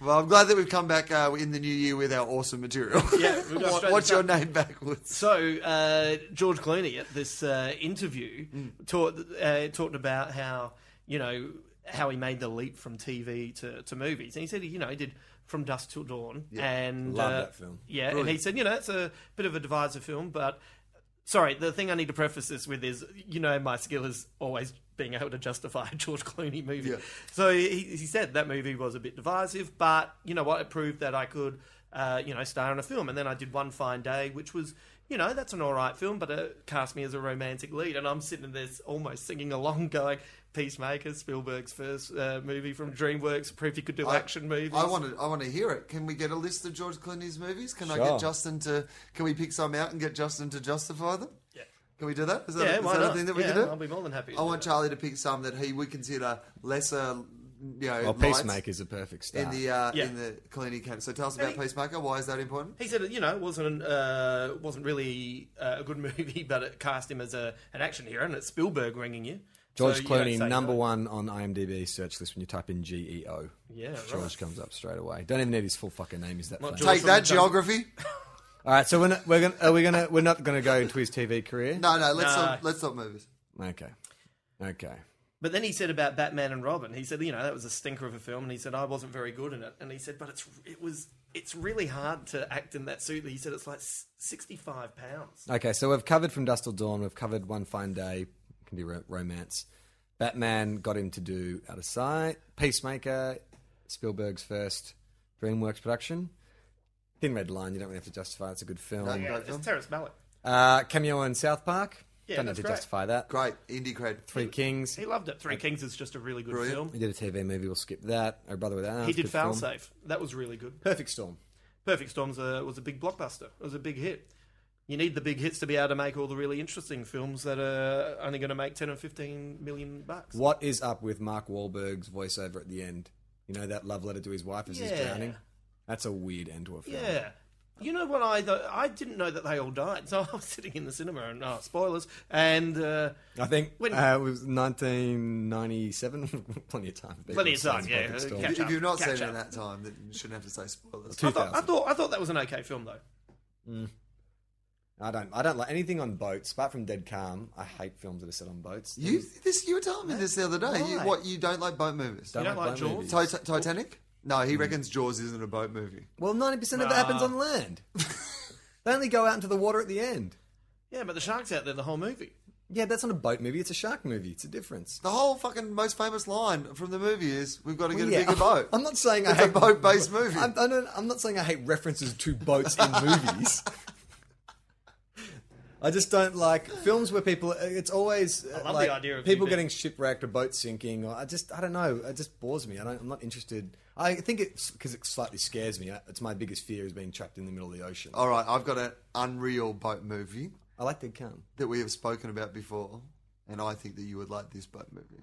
Well, I'm glad that we've come back uh, in the new year with our awesome material. Yeah, we've gone straight What's to your name backwards? So uh, George Clooney at this uh, interview taught, uh, talked about how you know how he made the leap from TV to, to movies, and he said you know he did From Dusk Till Dawn, and Love uh, that film. Yeah, and he said you know it's a bit of a divisor film, but sorry, the thing I need to preface this with is you know my skill is always being able to justify a George Clooney movie. Yeah. So he, he said that movie was a bit divisive, but you know what? It proved that I could, uh, you know, star in a film. And then I did One Fine Day, which was, you know, that's an all right film, but it cast me as a romantic lead. And I'm sitting there almost singing along, going, Peacemaker, Spielberg's first uh, movie from DreamWorks, proof he could do action movies. I want to. I want to hear it. Can we get a list of George Clooney's movies? Can I get Sure. Justin to? Can we pick some out and get Justin to justify them? Yeah. Can we do that? Is that, yeah, is why that not? a thing that we yeah, can do? I'll be more than happy. to I do want that. Charlie to pick some that he would consider lesser, you know, well, lights Peacemaker's a perfect star. in the uh, Yeah. in the Clooney camp. So tell us about Hey. Peacemaker. Why is that important? He said, it, you know, wasn't uh, wasn't really uh, a good movie, but it cast him as a an action hero, and it's Spielberg ringing you. George So you don't Clooney, say number no. one on IMDb search list when you type in G E O. Yeah, right. George comes up straight away. Don't even need his full fucking name. He's that Not famous. George Take that, from- geography. All right, so we're not, we're gonna, are we gonna we're not gonna go into his TV career. No, no. Let's Nah. not, let's not movies. Okay. Okay. But then he said about Batman and Robin. He said, you know, that was a stinker of a film, and he said I wasn't very good in it. And he said, but it's it was it's really hard to act in that suit. He said it's like sixty five pounds. Okay. So we've covered from Dust Till Dawn. We've covered One Fine Day. It can be ro- romance. Batman got him to do Out of Sight. Peacemaker. Spielberg's first DreamWorks production. Thin Red Line. You don't really have to justify. It's a good film. Yeah, it's Terrence Malick. Uh, cameo in South Park. Yeah, don't have to that's great. justify that. Great indie cred. Three Kings. He loved it. Three Kings is just a really good Brilliant. film. He did a TV movie. We'll skip that. Our brother with Arms. He did good film. Foulsafe. That was really good. Perfect Storm. Perfect Storm's a, was a big blockbuster. It was a big hit. You need the big hits to be able to make all the really interesting films that are only going to make 10 and 15 million bucks. What is up with Mark Wahlberg's voiceover at the end? You know that love letter to his wife as he's Yeah. drowning. That's a weird end to a film. Yeah. You know what? I though, I didn't know that they all died. So I was sitting in the cinema and, oh, spoilers. And uh, I think When- uh, it was 1997. Plenty of time. for Plenty people of to time, see yeah, Perfect Storm. yeah. Catch if up, you've not catch seen it in up. that time, then you shouldn't have to say spoilers. I thought, I 2000. thought I thought that was an okay film, though. I don't. I don't like anything on boats apart from Dead Calm. I hate films that are set on boats. You this you were telling me this the other day. You, Why? what you don't like boat movies? Don't You don't like boat Jaws? movies. Ti- Titanic? No, he reckons Jaws isn't a boat movie. Well, 90 percent Ah. of it happens on land. they only go out into the water at the end. Yeah, but the shark's out there the whole movie. Yeah, that's not a boat movie. It's a shark movie. It's a difference. The whole fucking most famous line from the movie is "We've got to get Well, a yeah, bigger boat." I'm not saying I It's a hate boat-based movie. I'm, I don't, I'm not saying I hate references to boats in movies. I just don't like films where people. It's always uh, love the like idea of you people being- getting shipwrecked or boat sinking. Or I just I don't know. It just bores me. I don't, I'm not interested. I think it's because it slightly scares me. I- It's my biggest fear is being trapped in the middle of the ocean. All right, I've got an unreal boat movie I like Dead Calm. that we have spoken about before, and I think that you would like this boat movie.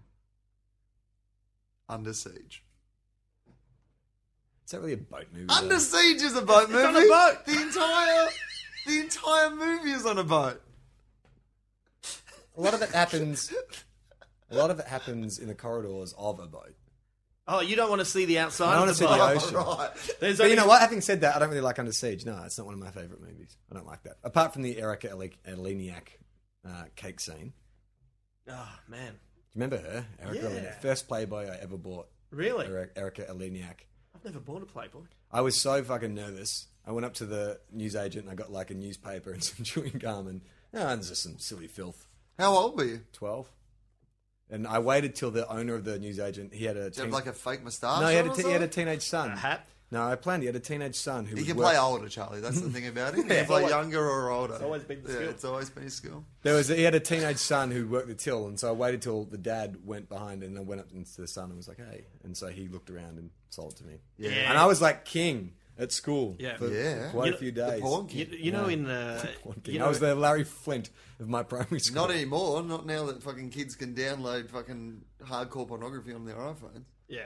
Under Siege. It's not really a boat movie. though. Under Siege is a boat movie. on a boat. The entire, the entire movie is on a boat. a lot of it happens. A lot of it happens in the corridors of a boat. Oh, you don't want to see the outside. I of want to the see the bar. ocean. There's But only, you know what? Having said that, I don't really like Under Siege. No, it's not one of my favorite movies. I don't like that. Apart from the Erica Ele- Eleniak uh, cake scene. Oh man, Do you remember her? Erica Yeah. Eleniak. First Playboy I ever bought. really? Eri- Erica Eleniak. I've never bought a Playboy. I was so fucking nervous. I went up to the newsagent and I got like a newspaper and some chewing gum and no, oh, this is some silly filth. How old were you? 12. And I waited till the owner of the newsagent, he had a... Did you teen- have like a fake moustache? no, he had, on a or t- he had a something? teenage son. A hat? No, I planned. He had a teenage son who He was can work- play older, Charlie. That's the thing about him. He can play always- younger or older. It's always been the yeah, skill. It's always been his skill. There was he had a teenage son who worked the till, and so I waited till the dad went behind, and I went up into the son and was like, "Hey," and so he looked around and sold it to me. Yeah. Yeah. and I was like king at school. Yeah. for Yeah. quite You know, a few The days. porn You, kid. you know, in uh, Porn king. you I know, was the Larry Flint of my primary school. Not anymore. Not now that fucking kids can download fucking hardcore pornography on their iPhones. yeah.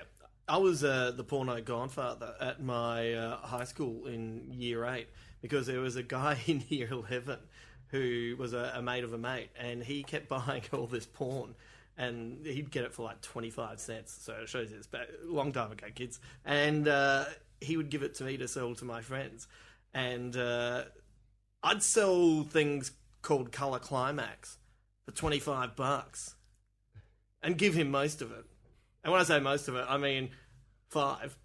I was uh, the porno godfather at my uh, high school in year eight because there was a guy in year eleven who was a, a mate of a mate, and he kept buying all this porn. And he'd get it for like twenty five cents, so it shows it's back, long time ago, kids. And uh, he would give it to me to sell to my friends, and uh, I'd sell things called Color Climax for 25 bucks and give him most of it. And when I say most of it, I mean five.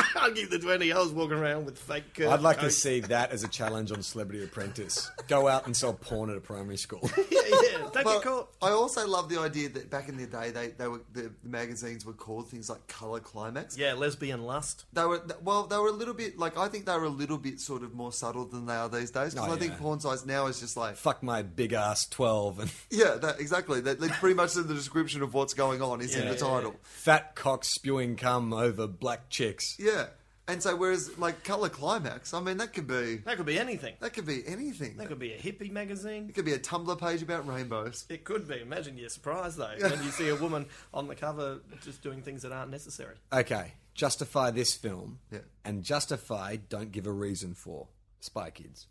I'll give the 20. I was walking around with fake uh, curves. I'd like to see that as a challenge on Celebrity Apprentice. Go out and sell porn at a primary school. Yeah, yeah. Take But a call. I also love the idea that back in the day, they, they were the, the magazines were called things like Color Climax. Yeah, lesbian lust. They were well, they were a little bit like I think they were a little bit sort of more subtle than they are these days. Because Oh, I think yeah. porn size now is just like Fuck my big ass twelve and yeah, that, exactly. That, that's pretty much the description of what's going on is in Yeah. the title. fat cock spewing cum over black chicks. Yeah, and so whereas like Color Climax, I mean that could be That could be anything. that could be anything. That could be a hippie magazine. It could be a Tumblr page about rainbows. It could be. Imagine your surprise, though, when you see a woman on the cover just doing things that aren't necessary. Okay, justify this film, Yeah. and justify don't give a reason for Spy Kids.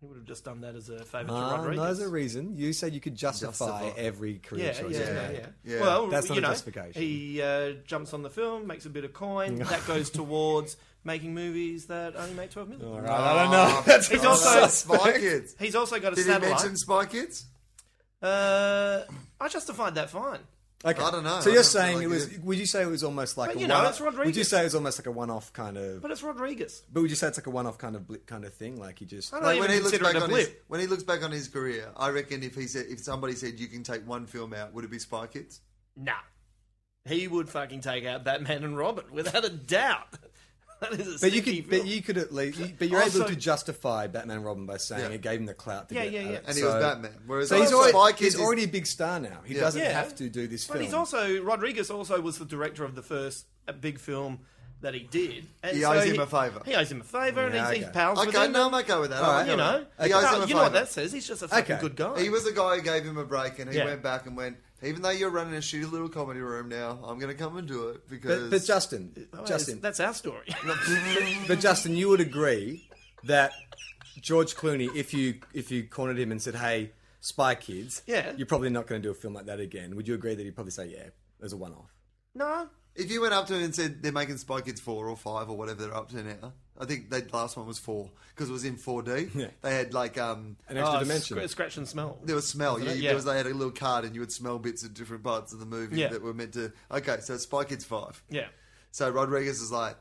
He would have just done that as a favour to Ah, Rodriguez. no, there's a reason. You said you could justify, Justify. every career Yeah, choice. yeah, you yeah, made. yeah. Yeah. Well, That's not you a know, justification. He uh, jumps on the film, makes a bit of coin. that goes towards making movies that only make twelve million. All right, I don't know. That's He's So also Spy Ah, Kids. he's also got a Did he satellite. mention Spy Kids? Uh, I justified that fine. okay. I don't know. So you're I don't feel saying like it it was? is. Would you say it was almost like But, a you know, one-off- it's Would you Rodriguez. say it was almost like a one-off kind of? But But, it's Rodriguez. would you say it's like a one-off kind of blip kind of thing? Like he just I don't Like, even when he looks consider back it a on his, blip. when he looks back on his career, I reckon if he said if somebody said you can take one film out, would it be Spy Kids? Nah, he would fucking take out Batman and Robin without a doubt. That is a But you sneaky could, but film. you could at least, you- but you're Also- able to justify Batman and Robin by saying Yeah. it gave him the clout. To Oh, Yeah, get yeah, out of yeah. it. And he was Batman. Whereas So he's Spy already, Kids he's is- already a big star now. He doesn't Yeah. have to do this But film. he's also Rodriguez. Also was the director of the first uh, big film that he did. And He owes him a favour. He owes him a favour, and Yeah, he's, he's okay. pals with Okay, him. no, I and- might go with that. All right. I might you go know, with that. He owes No, him a you know what favour. that says. He's just a fucking Okay. good guy. He was the guy who gave him a break, and he Yeah. went back and went. Even though you're running a shitty little comedy room now, I'm going to come and do it but, because but Justin, Oh, Justin, that's our story. but Justin, you would agree that George Clooney, if you if you cornered him and said, "Hey, Spy Kids," Yeah. you're probably not going to do a film like that again. Would you agree that he'd probably say, "Yeah, it was a one-off"? no, if you went up to him and said they're making Spy Kids four or five or whatever they're up to now, I think the last one was four because it was in 4D. Yeah. They had like um, An extra Oh, dimension. scr- scratch and smell. There was smell. Yeah, it? you- Yeah. There was, they had a little card, and you would smell bits of different parts of the movie Yeah. that were meant to. Okay, so Spy Kids five. Yeah. So Rodriguez is like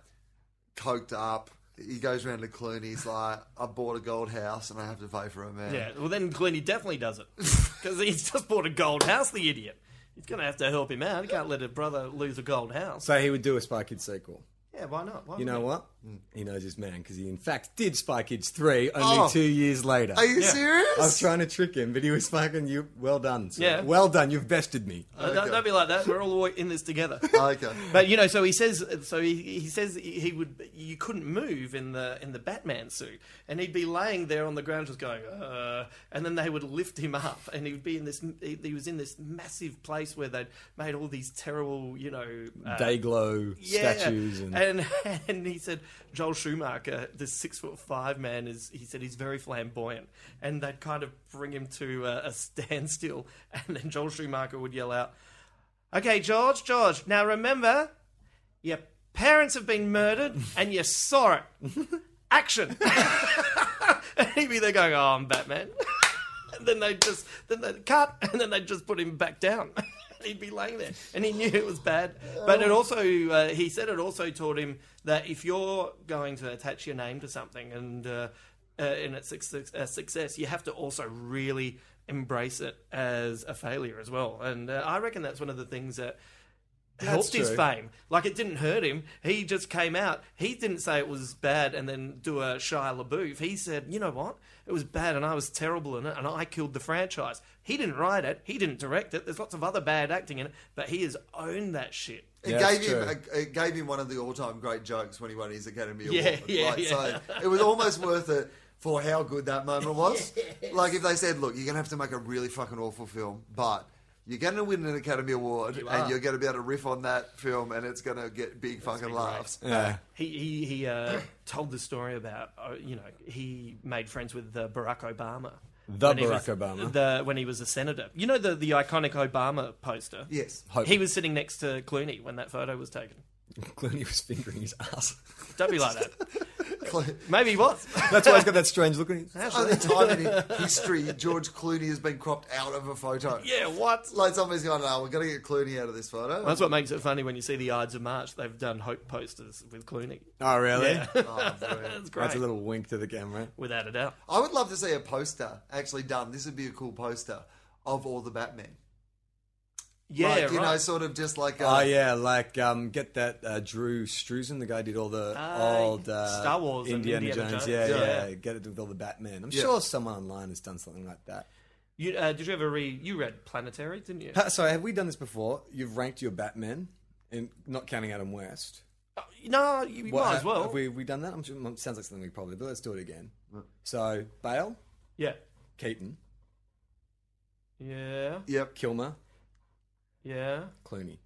coked up. He goes round to Clooney. He's like, "I bought a gold house, and I have to pay for it, man." Yeah. Well, then Clooney definitely does it because he's just bought a gold house. The idiot. He's going to have to help him out. He can't let a brother lose a gold house. So he would do a Spy Kids sequel. yeah. Why not? Why You wouldn't know he? what? He knows his man because he, in fact, did Spy Kids three only Oh. two years later. Are you Yeah. serious? I was trying to trick him, but he was fucking you. Well done. sir. Yeah. Well done. You've bested me. Uh, don't, don't be like that. We're all in this together. okay. But you know, so he says. So he, he says he would. You couldn't move in the in the Batman suit, and he'd be laying there on the ground, just going. Uh, and then they would lift him up, and he would be in this. He, he was in this massive place where they'd made all these terrible, you know, uh, Day glow yeah. statues and, and and he said Joel Schumacher, this six foot five man, is he said he's very flamboyant, and they'd kind of bring him to a, a standstill, and then Joel Schumacher would yell out. Okay, George, George, now remember, your parents have been murdered and you saw it. Action! and he'd be there going, oh, I'm Batman. and then they just, then they'd cut, and then they'd just put him back down. he'd be laying there. And he knew it was bad. But it also, uh, he said it also taught him that if you're going to attach your name to something and, uh, uh, and it's a suc- a success, you have to also really embrace it as a failure as well. And uh, I reckon that's one of the things that helped his true. fame. Like it didn't hurt him. He just came out. He didn't say it was bad and then do a Shia LaBeouf. He said, you know what? It was bad and I was terrible in it and I killed the franchise. He didn't write it. He didn't direct it. There's lots of other bad acting in it, but he has owned that shit. It Yeah, gave that's him it gave him one of the all time great jokes when he won his Academy Award. Yeah, yeah, right? yeah. So it was almost worth it for how good that moment was. Like if they said, "Look, you're gonna have to make a really fucking awful film, but." You're going to win an Academy Award, and are. you're going to be able to riff on that film, and it's going to get big fucking laughs. Yeah. He he, he uh, told the story about uh, you know he made friends with uh, Barack Obama. The he Barack was- Obama. The, when he was a senator. You know the, the iconic Obama poster? Yes. Hope. He was sitting next to Clooney when that photo was taken. Clooney was fingering his ass. Don't be like that. Maybe he was. That's why he's got that strange look in his Only time in history George Clooney has been cropped out of a photo. Yeah, what? Like somebody's going, "No, we're going to get Clooney out of this photo." That's what makes it funny when you see the Ides of March. They've done hope posters with Clooney. Oh, really? Oh, brilliant. That's great. That's a little wink to the camera. Without a doubt. I would love to see a poster actually done. This would be a cool poster of all the Batman. Yeah, like, you right. know, sort of just like a, Oh yeah, like um, get that uh, Drew Struzan, the guy who did all the Ah, old uh, Star Wars and Indiana, Indiana Jones. Jones. Yeah, Yeah. yeah, get it with all the Batman. I'm Yeah. sure someone online has done something like that. You, uh, did you ever read... You read Planetary, didn't you? Pa- Sorry, have we done this before? You've ranked your Batman, and not counting Adam West. Oh, no, you What- might as well. Have we, have we done that? I'm sure, it sounds like something we probably. But let's do it again. So Bale, Yeah. Keaton, Yeah. yep. Kilmer, Yeah. Clooney.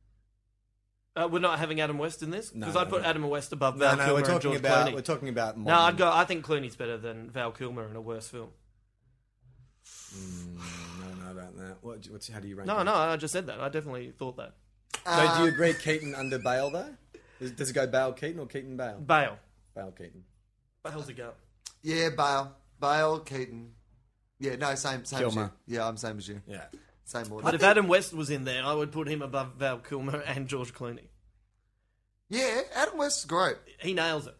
Uh, we're not having Adam West in this No, because I'd no, put no. Adam West above No, no, Val Kilmer we're and talking George about Clooney. we're talking about. no, I'd modern- go. I think Clooney's better than Val Kilmer in a worse film. I don't know about that. What, what's how do you rank? No, him? no, I just said that. I definitely thought that. uh, So do Um, you agree Keaton under Bale though? Does, does it go Bale Keaton or Keaton Bale? Bale. Bale Keaton. Bale's a go. Yeah, Bale, Bale, Keaton. Yeah, no, same, same as you. Kilmer. Yeah, I'm same as you. Yeah. Same order. But if Adam West was in there, I would put him above Val Kilmer and George Clooney. yeah, Adam West's great, He nails it.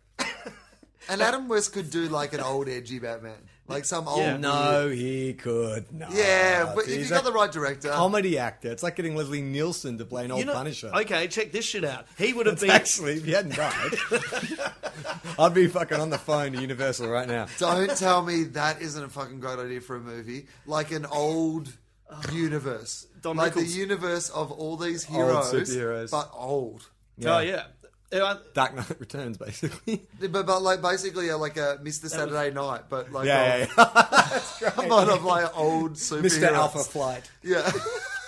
and Adam West could do like an old edgy Batman, like some old. Yeah. Oh, No, he could not. Yeah, but if He's you a got the right director, comedy actor, it's like getting Leslie Nielsen to play an old You know- Punisher. Okay, check this shit out. He would have It's been. Actually, if he hadn't died, I'd be fucking on the phone to Universal right now. don't tell me that isn't a fucking great idea for a movie, like an old. Universe, Don like Rickles. the universe of all these heroes, superheroes. but old. Oh yeah. Yeah, I- Dark Knight Returns, basically. But, but like basically uh, like a Mr. Saturday Night, but like Yeah, yeah, a, yeah. a lot of like old superheroes. Mr. Alpha Flight. Yeah.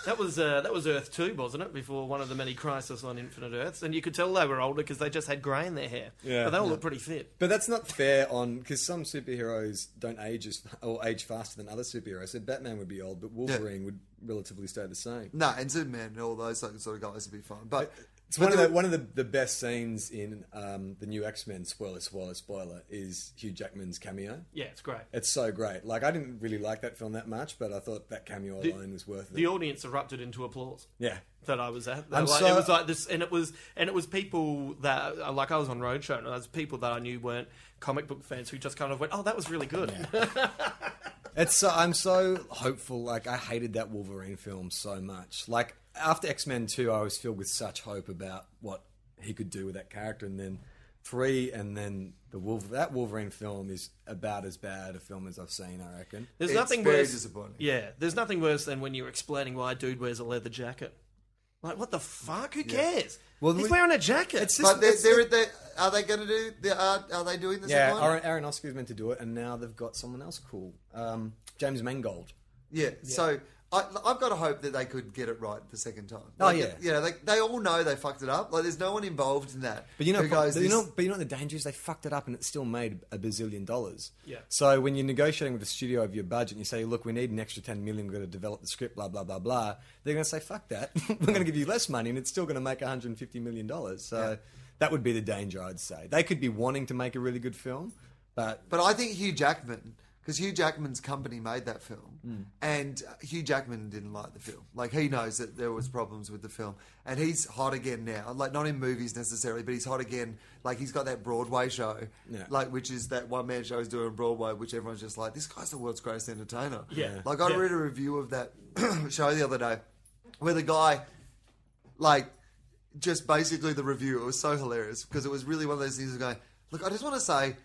That was uh, that was Earth Two, wasn't it? Before one of the many crises on Infinite Earths, and you could tell they were older because they just had grey in their hair. Yeah. but they all look pretty fit. But that's not fair on because some superheroes don't age as or age faster than other superheroes. So Batman would be old, but Wolverine would relatively stay the same. no, and Superman and all those sort sort of guys would be fine. But It's but one of there the one of the, the best scenes in um, the new X Men. Spoiler, spoiler, spoiler is Hugh Jackman's cameo. Yeah, it's great. It's so great. Like I didn't really like that film that much, but I thought that cameo alone was worth it. The audience erupted into applause. yeah, that I was at. I'm Like, so- It was like this, and it was and it was people that uh, like I was on roadshow, and it was people that I knew weren't comic book fans who just kind of went, "Oh, that was really good." it's so, I'm so hopeful. Like I hated that Wolverine film so much. Like after X Men Two, I was filled with such hope about what he could do with that character, and then three, and then the Wolf. That Wolverine film is about as bad a film as I've seen. I reckon. There's It's nothing very worse. disappointing. Yeah, there's nothing worse than when you're explaining why a dude wears a leather jacket. Like, what the fuck? Who cares? Well, he's we- wearing a jacket. It's but they're, It's- they're, they're, are they going to do the art? Are they doing this? Yeah, one? Aaron, Aaron Oscar's meant to do it, and now they've got someone else cool. Um, James Mangold Yeah. So I, I've got to hope that they could get it right the second time. Oh, Like, yeah. You know, they, they all know they fucked it up. Like, there's no one involved in that. But you know, who goes, but you "This- know, but you know, what the danger is they fucked it up, and it still made a bazillion dollars. Yeah. So when you're negotiating with the studio of your budget, and you say, "Look, we need an extra ten million. We've got to develop the script. Blah blah blah blah." They're going to say, "Fuck that. We're going to give you less money, and it's still going to make 150 million dollars." So that would be the danger, I'd say. They could be wanting to make a really good film, but But I think Hugh Jackman, because Hugh Jackman's company made that film, and uh, Hugh Jackman didn't like the film. Like he knows that there was problems with the film, and he's hot again now. Like not in movies necessarily, but he's hot again. Like he's got that Broadway show, Yeah. like which is that one man show he's doing on Broadway, which everyone's just like, this guy's the world's greatest entertainer. Yeah. Like I Yeah. read a review of that show the other day, where the guy like just basically the review. It was so hilarious because it was really one of those things of going, look, I just want to say,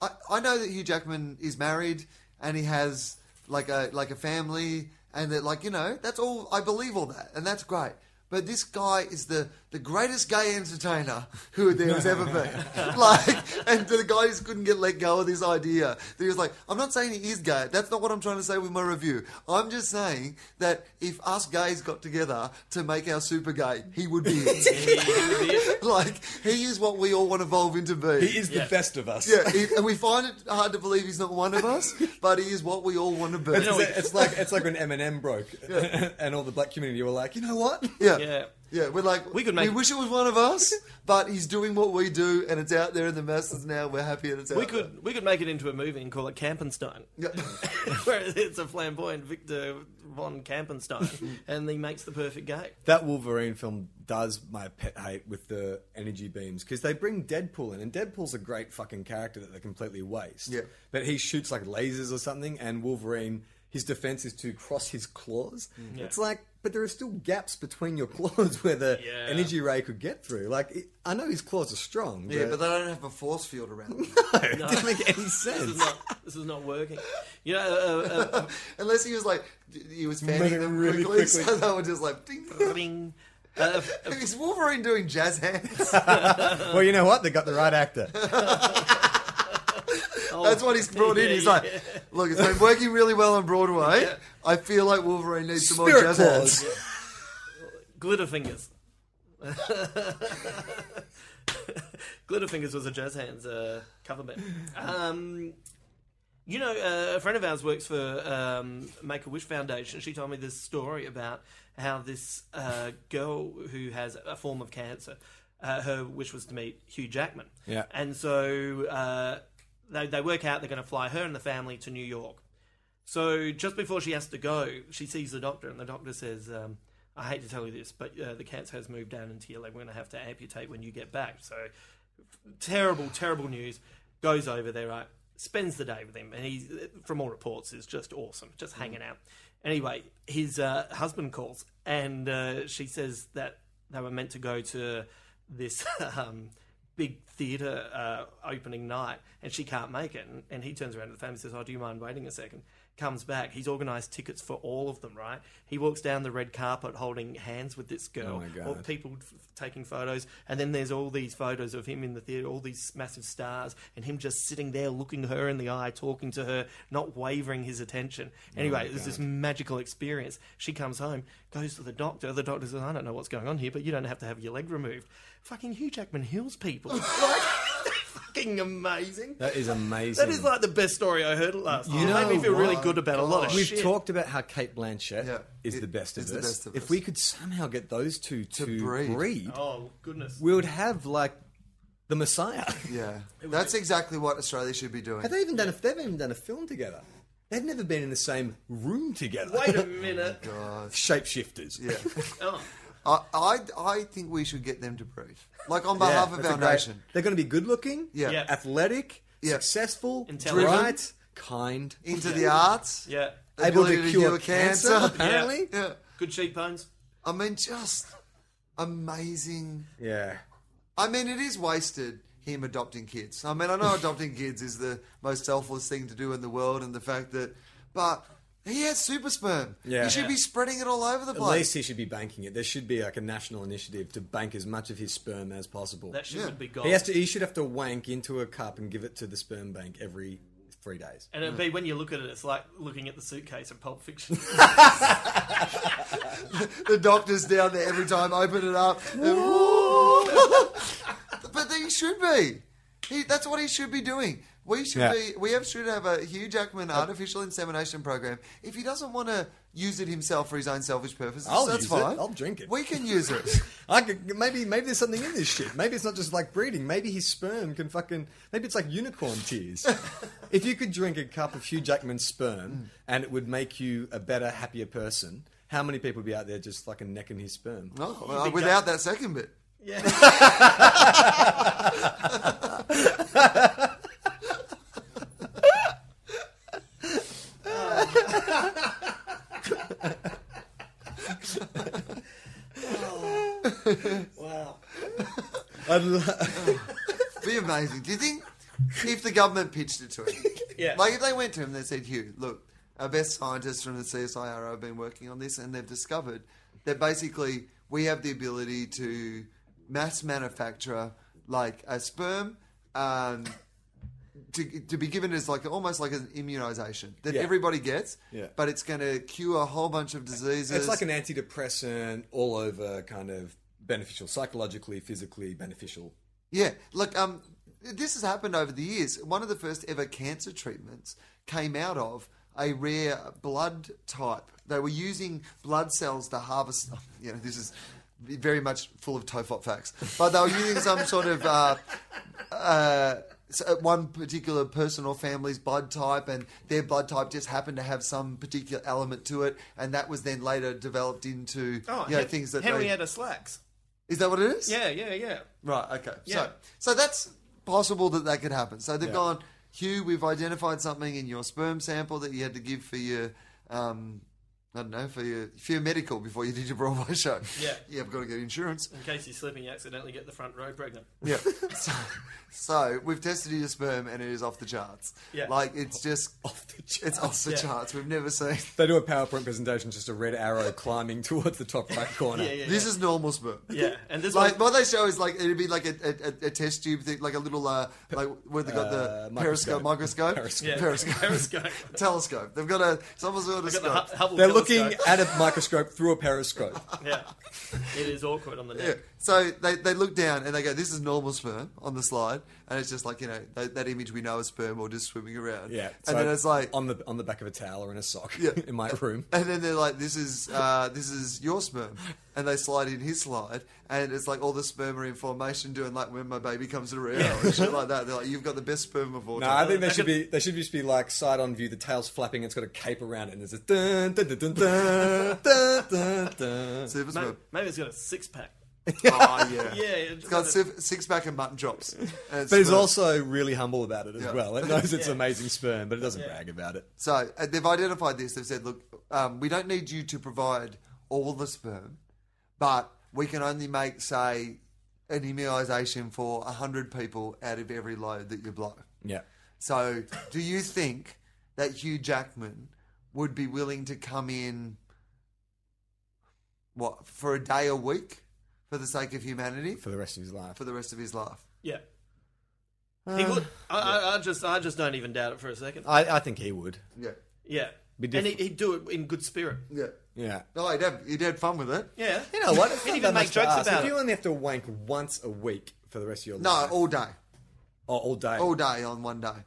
I, I know that Hugh Jackman is married and he has like a like a family and that like you know that's all I believe all that and that's great. But this guy is the, the greatest gay entertainer who there has ever been. like, and the guy just couldn't get let go of this idea. That he was like, I'm not saying he is gay. That's not what I'm trying to say with my review. I'm just saying that if us gays got together to make our super gay, he would be it. like, he is what we all want to evolve into being. he is Yeah. the best of us. yeah, he- and we find it hard to believe he's not one of us, but he is what we all want to be. It's, it's like it's like when Eminem broke, and all the black community were like, "You know what? yeah. Yeah. Yeah, we're like We could make- We wish it was one of us, but he's doing what we do, and it's out there in the masses now. We're happy that it's out We could we could make it into a movie and call it Campenstein, there. Yeah. where it's a flamboyant Victor von Campenstein, and he makes the perfect gay. that Wolverine film does my pet hate with the energy beams because they bring Deadpool in, and Deadpool's a great fucking character that they completely waste. Yeah. But he shoots like lasers or something, and Wolverine, his defense is to cross his claws. Mm. It's like, but there are still gaps between your claws where the Yeah. energy ray could get through. Like, it, I know his claws are strong, but, yeah, but they don't have a force field around. them. it doesn't make any This is sense. not this is not working. You know, uh, uh, Unless he was like, he was Moving fanning them really really quickly, quickly. so they were just like, ding. uh, bing. Uh, Is Wolverine doing jazz hands? well, you know what? They got the right actor. oh, That's what he's brought in. yeah, He's like, look, it's been working really well on Broadway. I feel like Wolverine needs some more Spirit jazz claws. hands. glitter fingers. Glitterfingers was a jazz hands uh, cover band. Um, you know, uh, a friend of ours works for um, Make a Wish Foundation. She told me this story about how this uh, girl who has a form of cancer, uh, her wish was to meet Hugh Jackman. Yeah. and so uh, they they work out they're going to fly her and the family to New York. So just before she has to go, she sees the doctor, and the doctor says, um, "I hate to tell you this, but uh, the cancer has moved down into your leg. We're going to have to amputate when you get back." So terrible, terrible news. Goes over there, right? Spends the day with him, and he's, from all reports, is just awesome, just Mm. hanging out. Anyway, his uh, husband calls, and uh, she says that they were meant to go to this um, big theatre uh, opening night, and she can't make it. And, and he turns around to the family and says, "Oh, do you mind waiting a second? Comes back. He's organised tickets for all of them. Right? He walks down the red carpet holding hands with this girl, Oh my God. or people f- taking photos, and then there's all these photos of him in the theatre, all these massive stars, and him just sitting there looking her in the eye, talking to her, not wavering his attention. Oh Anyway, it was this magical experience. She comes home, goes to the doctor. The doctor says, "I don't know what's going on here, but you don't have to have your leg removed." Fucking Hugh Jackman heals people. like, fucking amazing. That is amazing. That is like the best story I heard last night. It know made me feel really what? good about a lot of We've Oh, shit. talked about how Kate Blanchett Yeah. is It- the best of is us. the best of if us. we could somehow get those two to, breed, breed. oh goodness. we would have like the Messiah. Yeah, that's exactly what Australia should be doing. have they even done? A, they've even done a film together. They've never been in the same room together. Wait a minute. Oh Shapeshifters. Yeah, Oh. I, I, I think we should get them to breed. Like on behalf of that's our a great- nation. They're going to be good looking. Yeah. Yeah. Athletic. Yeah. Successful. Intelligent. Bright. Kind. into the arts, Yeah. the ability to cure cancer. apparently. Yeah. Good cheekbones. I mean, just amazing. yeah. I mean, it is wasted him adopting kids. I mean, I know adopting kids is the most selfless thing to do in the world, and the fact that, but he has super sperm. Yeah. he should be spreading it all over the At place. least he should be banking it. There should be like a national initiative to bank as much of his sperm as possible. That shit would be gone. He has to. He should have to wank into a cup and give it to the sperm bank every three days. And it'd be when you look at it, it's like looking at the suitcase of Pulp Fiction. the doctor's down there every time, open it up. and- but he should be. He, that's what he should be doing. We should Yeah. be. We have, should have a Hugh Jackman artificial insemination program. If he doesn't want to use it himself for his own selfish purposes, I'll that's use it. fine. I'll drink it. We can use it. I could, maybe maybe there's something in this shit. Maybe it's not just like breeding. Maybe his sperm can fucking. Maybe it's like unicorn tears. if you could drink a cup of Hugh Jackman's sperm and it would make you a better, happier person, how many people would be out there just fucking necking his sperm? Oh, well, without that second bit. yeah. Wow. I'd lo- Be amazing. Do you think if the government pitched it to him? Yeah. Like if they went to him, they said, Hugh, look, our best scientists from the CSIRO have been working on this and they've discovered that basically we have the ability to mass manufacture like a sperm um, to, to be given as like almost like an immunization that Yeah. everybody gets, Yeah. but it's going to cure a whole bunch of diseases. it's like an antidepressant, all over kind of beneficial, psychologically, physically beneficial. Yeah, look, um, this has happened over the years. One of the first ever cancer treatments came out of a rare blood type. They were using blood cells to harvest. You know, this is very much full of tofop facts, but they were using some sort of. Uh, uh, s- uh, one particular person or family's blood type, and their blood type just happened to have some particular element to it, and that was then later developed into Oh, you know, Hen- things that they, Henrietta Slacks. is that what it is? Yeah, yeah, yeah. Right. Okay. Yeah. So so that's possible that that could happen. So they've Yeah. gone, Hugh. We've identified something in your sperm sample that you had to give for your, um, I don't know, for your for your medical before you did your Broadway show. Yeah. Yeah. I've got to get insurance. In case you're slipping, you accidentally get the front row pregnant. Yeah. so, so we've tested your sperm and it is off the charts. Yeah. Like it's just Off the ch- it's off the Yeah. charts. We've never seen. They do a PowerPoint presentation, just a red arrow climbing towards the top right corner. Yeah, yeah, This is normal sperm. yeah. And this Like one, what they show is like it'd be like a, a, a- a test tube thing, like a little uh, like where they got the Uh, periscope, microscope, Periscope. yeah, periscope, periscope. telescope. They've got a some sort of Got the Hu- scope. Hubble They're telescope. looking at a microscope through a periscope. Yeah, it is awkward on the Yeah. neck. So they, they look down and they go, "This is normal sperm" on the slide, and it's just like you know that, that image we know as sperm or just swimming around. Yeah, and then it's like, on the on the back of a towel or in a sock Yeah. in my room. and then they're like, "This is uh, this is your sperm," and they slide in his slide, and it's like all the sperm are in formation, doing like when my baby comes around and shit like that. They're like, "You've got the best sperm of all No, I time." think they should be they should just be like side on view. The tail's flapping. It's got a cape around it, and there's a dun dun dun dun dun dun dun. dun. Super Maybe, sperm. maybe it's got a six pack. Oh, yeah. Yeah, It's got six pack and mutton chops. And it's But he's sperm. also really humble about it as Yeah. well. It knows it's Yeah. amazing sperm, but it doesn't Yeah. brag about it. So uh, they've identified this. They've said, look, um, we don't need you to provide all the sperm, but we can only make, say, an immunisation for 100 people out of every load that you blow. Yeah, So do you think that Hugh Jackman would be willing to come in, what, for a day a week for the sake of humanity for the rest of his life. for the rest of his life? yeah. Uh, He would. I, I, I just, I just don't even doubt it for a second. I, I think he would. Yeah. Yeah, Be and different. he, he'd do it in good spirit. Yeah. Yeah. No, he'd have, he'd have fun with it. Yeah, You know what? It's He'd not that even make much to jokes ask. about If it. you only have to wank once a week for the rest of your No, life, all day. oh, all day, all day on one day.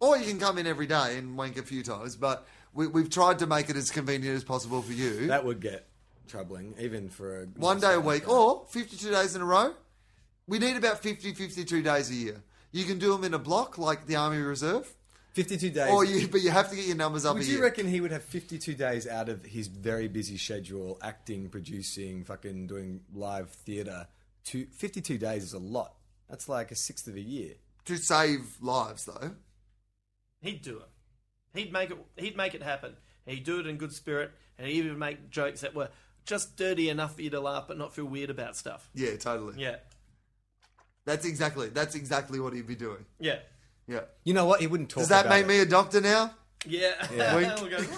Or you can come in every day and wank a few times, but we, we've tried to make it as convenient as possible for you. that would get troubling, even for a one day a week, Oh, or 52 days in a row. We need about 50, 52 days a year. You can do them in a block like the Army Reserve, fifty-two days. or oh, you, but you have to get your numbers up Would a you year. reckon he would have 52 days out of his very busy schedule, acting, producing, fucking doing live theatre? To 52 days is a lot. That's like a sixth of a year. to save lives, though. he'd do it. He'd make it. He'd make it happen. He'd do it in good spirit, and he'd even make jokes that were just dirty enough for you to laugh, but not feel weird about stuff. Yeah, totally. Yeah, That's exactly that's exactly what he'd be doing. yeah, Yeah. You know what? He wouldn't talk. Does that about make me a doctor now? yeah. Wink. We'll go, it.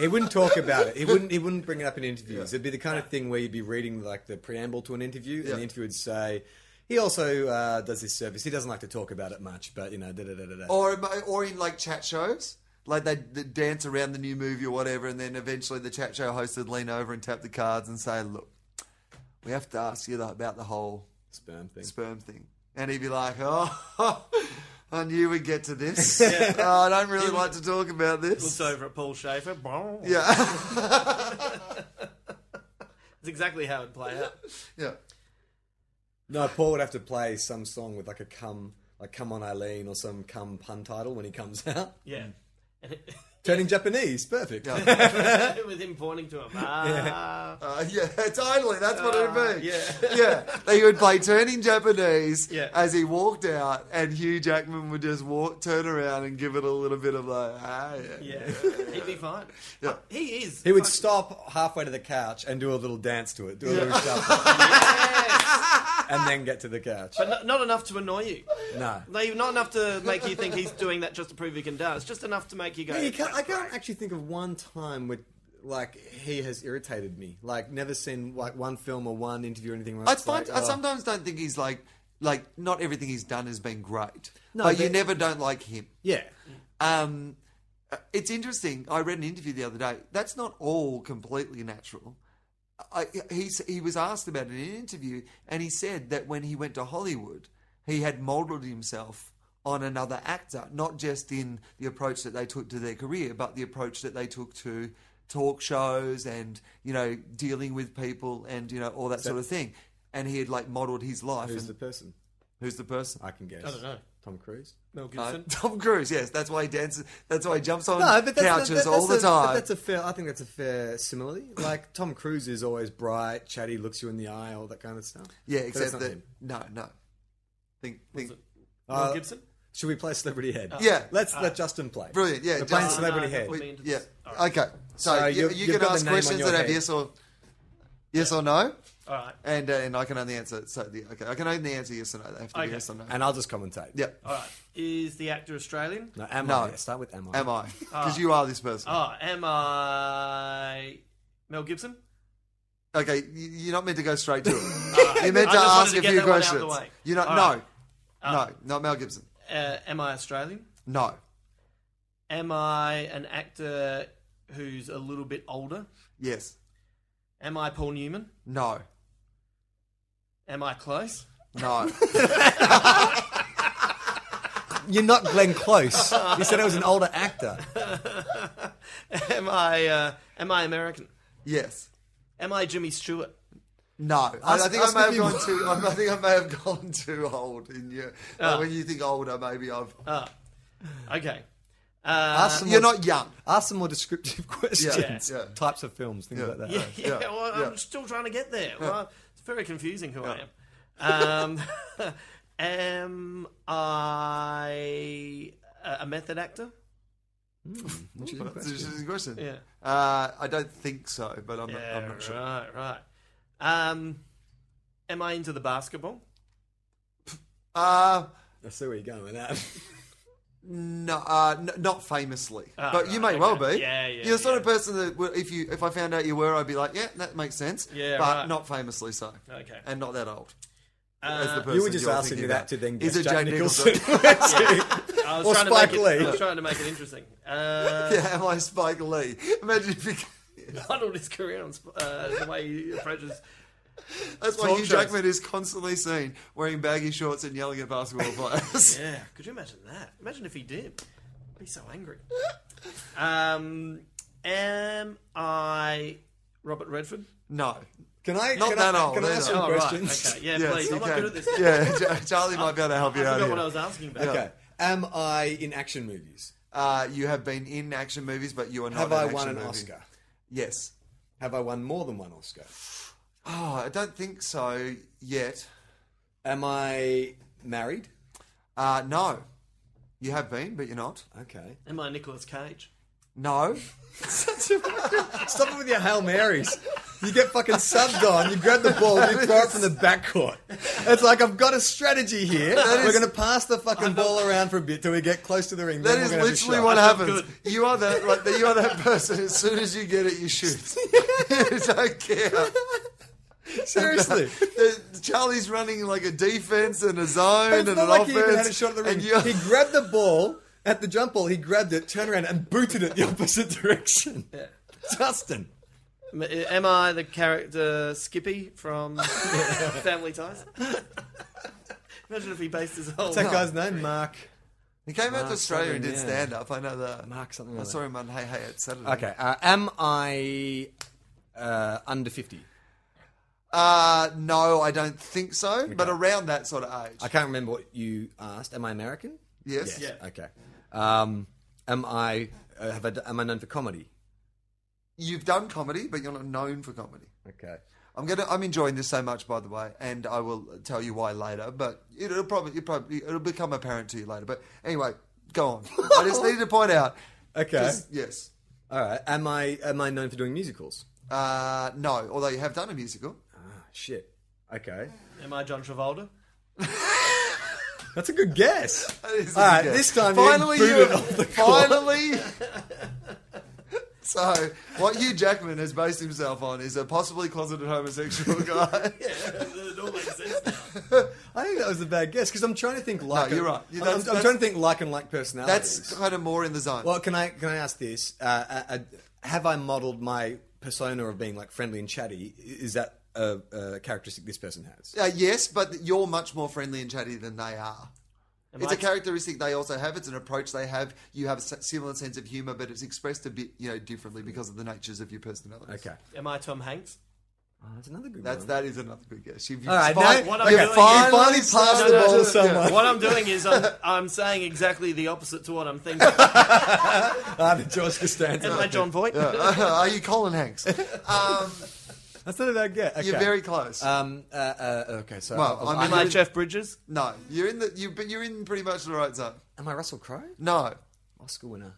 He wouldn't talk about it. He wouldn't. He wouldn't bring it up in interviews. It'd be the kind of thing where you'd be reading like the preamble to an interview, Yeah. and the interview would say. He also uh, does this service. He doesn't like to talk about it much, but you know, da da da da da. or or in like chat shows. Like they dance around the new movie or whatever, and then eventually the chat show host would lean over and tap the cards and say, "Look, we have to ask you about the whole Sperm thing. sperm thing," and he'd be like, "Oh, I knew we'd get to this. Oh, I don't really like to talk about Looks this." over at Paul Schaefer. Yeah. Yeah, That's exactly how it played out. yeah. No, Paul would have to play some song with like a cum, like "Come on Eileen" or some cum pun title when he comes out. Yeah. And it- Turning Japanese, perfect. With him pointing to him. Ah. Uh, yeah, totally. That's what it'd be. yeah. yeah. They would play turning Japanese Yeah. as he walked out, and Hugh Jackman would just walk, turn around, and give it a little bit of like, ah, yeah. Yeah. He'd be fine. Yeah. He is. He would fucking- stop halfway to the couch and do a little dance to it, do a little shuffle, and then get to the couch. But no- not enough to annoy you. No. Like, not enough to make you think he's doing that just to prove he can dance. Just enough to make you go. Yeah, you can't, I can't actually think of one time where, like, he has irritated me. Like, never seen like one film or one interview or anything. Where I, it's find, like, I oh. sometimes don't think he's like, like not everything he's done has been great. No, like you but- never don't like him. Yeah, Um, uh, it's interesting. I read an interview the other day. That's not all completely natural. I, he s- he was asked about it in an interview, and he said that when he went to Hollywood, he had molded himself on another actor, not just in the approach that they took to their career, but the approach that they took to talk shows and you know dealing with people and you know all that sort of thing. And he had like modeled his life. who's and- the person? who's the person? I can guess. I don't know. Tom Cruise. Mel Uh, Gibson. Tom Cruise, yes, that's why he dances. That's why he jumps on No, but that's couches that- that's all the a, time. but That's a fair. I think that's a fair simile. Like Tom Cruise is always bright, chatty, looks you in the eye, all that kind of stuff. yeah, But that's except not that him. no, no. Think, think. Mel Uh, Gibson. Should we play Celebrity Head? Yeah. let's let Justin play. Brilliant, yeah, We're playing Justin. Celebrity Oh, Uh, no, Head. we- We, into yeah. this. Okay. So, So you, you've- you you've can got the ask name on questions your that have head. yes or yes or no, All right. and uh, and I can only answer. So the, okay, I can only answer yes or no. They have to be Okay. yes or no. and I'll just commentate. Yeah. All right. Is the actor Australian? No, am No. I? Start with am I? Am I? Ah. Because you are this person. Oh, am I Mel Gibson? Okay, you- you're not meant to go straight to it. Alright. You're meant I to just wanted ask to a get few that one out of the questions. way. You're not. All right. Ah. No, no, not Mel Gibson. Uh, am I Australian? No. Am I an actor who's a little bit older? Yes. Am I Paul Newman? No. Am I close? No. You're not Glenn Close. you said I was an older actor. Uh, am I uh, am I American? yes. Am I Jimmy Stewart? No, I, I Ask- think I ask may if have you gone want. too. I think I may have gone too old. In you, Ah. like when you think older, maybe I've. Ah. Okay. Ask some you're more- not young. Ask some more descriptive questions. yeah. Types of films, things Yeah. like that. Yeah, yeah. yeah, well, yeah. I'm still trying to get there. Well, it's very confusing who I am. Um, am I a a method actor? That's an interesting question. Yeah. Uh, I don't think so, but I'm, not, Yeah, I'm not sure. Right, right. Um, am I into the basketball? Uh, I see where you're going with that. no, uh, n- not famously, Ah, but you may right, well okay. be. Yeah, yeah, You're the sort of yeah. person that would- if you if I found out you were, I'd be like, yeah, that makes sense. Yeah, but right. not famously so. Okay. and not that old. Uh, As the person you were just you're asking thinking me that about. to then guess Is it Jack Jack Nicholson. I was or trying Spike to make It, Lee. I was trying to make it interesting. Uh, yeah, am I Spike Lee? Imagine if you. Modelled his career on Sp- uh, the way he approaches. That's why Talk Hugh shows. Jackman is constantly seen wearing baggy shorts and yelling at basketball players. Yeah, could you imagine that? Imagine if he did. I'd be so angry. Um, am I Robert Redford? No. Can I? Not can that I, old, Can I ask either. you Oh, a right, question? okay. Yeah, Yes, please. you I'm not can. good at this. Yeah, Jar- Charlie might be able to help you I out forgot here. what I was asking about. Okay. Am I in action movies? Uh, you have been in action movies, but you are not. Have an I action won an movie. Oscar? Yes. Have I won more than one Oscar? Oh, I don't think so yet. Am I married? Uh, no. You have been, but you're not. Okay. Am I Nicolas Cage? No. Stop it with your Hail Marys. You get fucking subbed on, you grab the ball, you throw it from the backcourt. It's like, I've got a strategy here. we're going to pass the fucking ball around for a bit till we get close to the ring. That then is we're gonna have a shot. That's literally what not happens. You are that like you are that person. As soon as you get it, you shoot. you don't care. Seriously. The- Charlie's running like a defense and a zone It's and not an like offense. he even had a shot at the ring. and you're- He grabbed the ball at the jump ball. He grabbed it, turned around, and booted it the opposite direction. Justin. M- uh, Am I the character Skippy from Family Ties? Imagine if he based his whole. What's that guy's name? Mark. He came out Mark to Australia and something, did yeah. stand up. I know that. Mark something I like saw him on Hey Hey at Saturday. Okay. Uh, am I uh, under 50? Uh, no, I don't think so. But around that sort of age. I can't remember what you asked. Am I American? Yes. Yeah. Okay. Um, am I uh, have I, d- am I known for comedy? You've done comedy, but you're not known for comedy. Okay. I'm gonna. I'm enjoying this so much, by the way, and I will tell you why later. But it'll probably, it'll probably, it'll become apparent to you later. But anyway, go on. I just needed to point out. Okay. Just- Yes. All right. Am I am I known for doing musicals? Uh, no. Although you have done a musical. Ah, shit. Okay. Am I John Travolta? That's a good guess. That is a All good right, guess. this time you finally, booted you- off the court. finally. so, what Hugh Jackman has based himself on is a possibly closeted homosexual guy. it all makes sense now. I think that was a bad guess because I'm trying to think like. you're right. Yeah, I'm- that's- I'm, I'm that's- trying to think like and like personalities. That's kind of more in the zone. Well, can I can I ask this? Uh, uh, uh, have I modelled my persona of being like friendly and chatty? Is that a, a characteristic this person has? Uh, yes, but you're much more friendly and chatty than they are. Am it's I- a characteristic they also have. It's an approach they have. You have a s- similar sense of humour, but it's expressed a bit, you know, differently because of the natures of your personalities. Okay, Am I Tom Hanks? oh, that's another good That's one. that is another good guess. You've, All right, fi- now- What I'm you've doing is- finally You finally passed started the ball to yeah. someone. What I'm doing is I'm, I'm saying exactly the opposite to what I'm thinking. Ah, the George Costanza. Am I John Voight? Are you Colin Hanks? Um, That's not a bad guess. Okay. You're very close. Um. Uh, uh, okay. So. Well, I was- I'm I- Am I Jeff Bridges? no, you're in the you, but you're in pretty much the right zone. am I Russell Crowe? No, Oscar winner.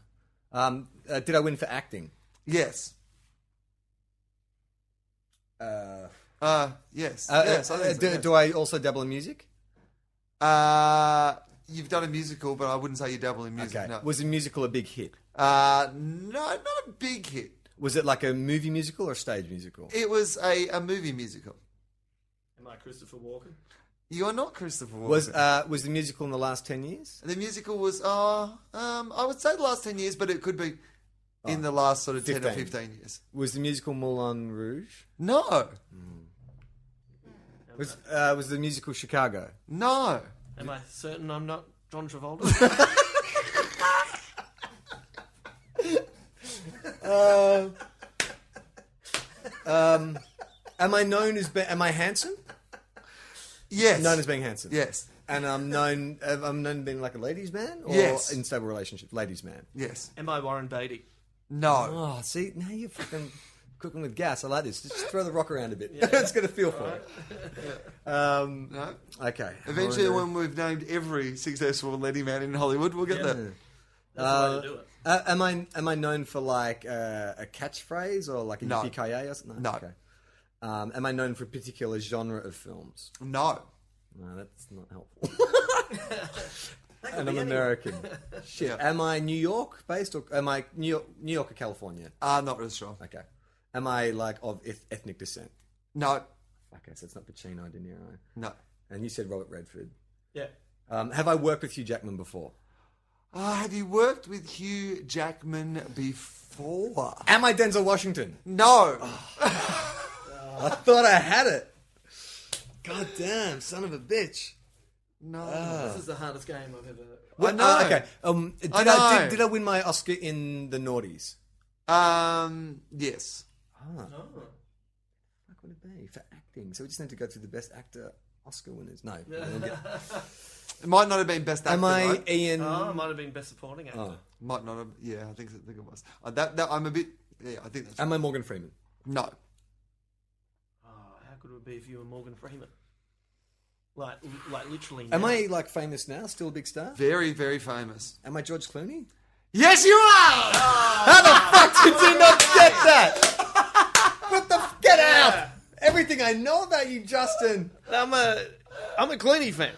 Um. Uh, did I win for acting? yes, Uh. uh, yes, uh, yes. I uh, think so, do, yes. do I also dabble in music? Uh, you've done a musical, but I wouldn't say you dabble in music. Okay. No. Was the musical a big hit? Uh, no, not a big hit. Was it like a movie musical or a stage musical? It was a, a movie musical. Am I Christopher Walken? You are not Christopher Walken. Was uh, was the musical in the last ten years? the musical was, uh, um, I would say the last 10 years, but it could be Oh. in the last sort of 10 or 15. 15 years. Was the musical Moulin Rouge? No, Was uh, was the musical Chicago? no. Am I certain I'm not John Travolta? Am I known as be- am I handsome? Yes. Known as being handsome. Yes. And I'm known uh, I'm known as being like a ladies' man or Yes. in stable relationship, ladies' man. Yes. Am I Warren Beatty? No. Oh, see now you're fucking cooking with gas. I like this. Just throw the rock around a bit. it's gonna feel for it. Um, No. okay. Eventually, when we've named every successful lady man in Hollywood, we'll get there. That's the way to do it. Uh, am I am I known for like uh, a catchphrase or like a No. yippee or something? No. Okay. Um, am I known for a particular genre of films? No. No, that's not helpful. and I'm be anyone. American. Shit. Yeah. Am I New York based or am I New York, New York or California? Uh, not really sure. Okay. Am I like of eth- ethnic descent? No. Okay, so it's not Pacino, De Niro. No. And you said Robert Redford. Yeah. Um, have I worked with Hugh Jackman before? Uh, have you worked with Hugh Jackman before? Am I Denzel Washington? No. I thought I had it. God damn, son of a bitch. No. This is the hardest game I've ever. What, know. okay. Um, did, I I know. did, did I win my Oscar in the noughties? Ah, Um. Yes. Oh. Fuck would it be for acting? So we just need to go through the best actor Oscar winners. No. we'll get- It might not have been best actor. Am I Right? Ian? Oh, it might have been best supporting actor. Oh. Might not have. Yeah, I think I think it was. Uh, that, that I'm a bit. Yeah, I think that's Am I Morgan Freeman? no. Oh, how good would it be if you were Morgan Freeman? Like, like literally. Am now. I like famous now? Still a big star? Very very famous. Am I George Clooney? Yes, you are. How the fuck did you not get that? What the f- get out? Everything I know about you, Justin. I'm a, I'm a Clooney fan.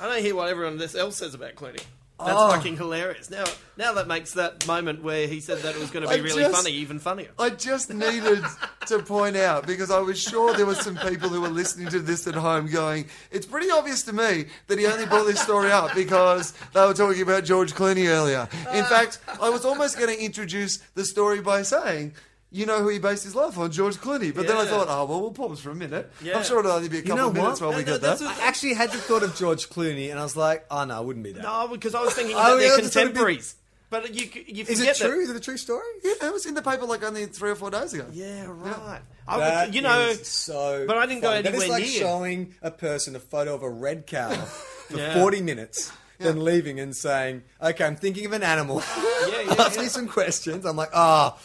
I don't hear what everyone this else says about Clooney. That's Oh. fucking hilarious. Now, now that makes that moment where he said that it was going to be I really just- funny even funnier. I just needed to point out because I was sure there were some people who were listening to this at home going, it's pretty obvious to me that he only brought this story up because they were talking about George Clooney earlier. In fact, I was almost going to introduce the story by saying, you know who he based his life on, George Clooney. But then I Yeah. thought, oh, well, we'll pause for a minute. Yeah. I'm sure it'll only be a couple know of minutes what? while we No, no, get that. that's I actually had the thought of George Clooney, and I was like, oh no, it wouldn't be that. Is No, because I was thinking Oh, that yeah, they're I just thought it'd be- contemporaries. But you, c- you it forget that- true? Is it a true story? Yeah, it was in the paper like only three or four days ago. Yeah, right. I That would, you know, is so. but I didn't go funny. That anywhere is like near. showing a person a photo of a red cow for Yeah. forty minutes, then leaving and saying, "Okay, I'm thinking of an animal. Yeah, yeah, Ask yeah. me some questions." I'm like, "Ah,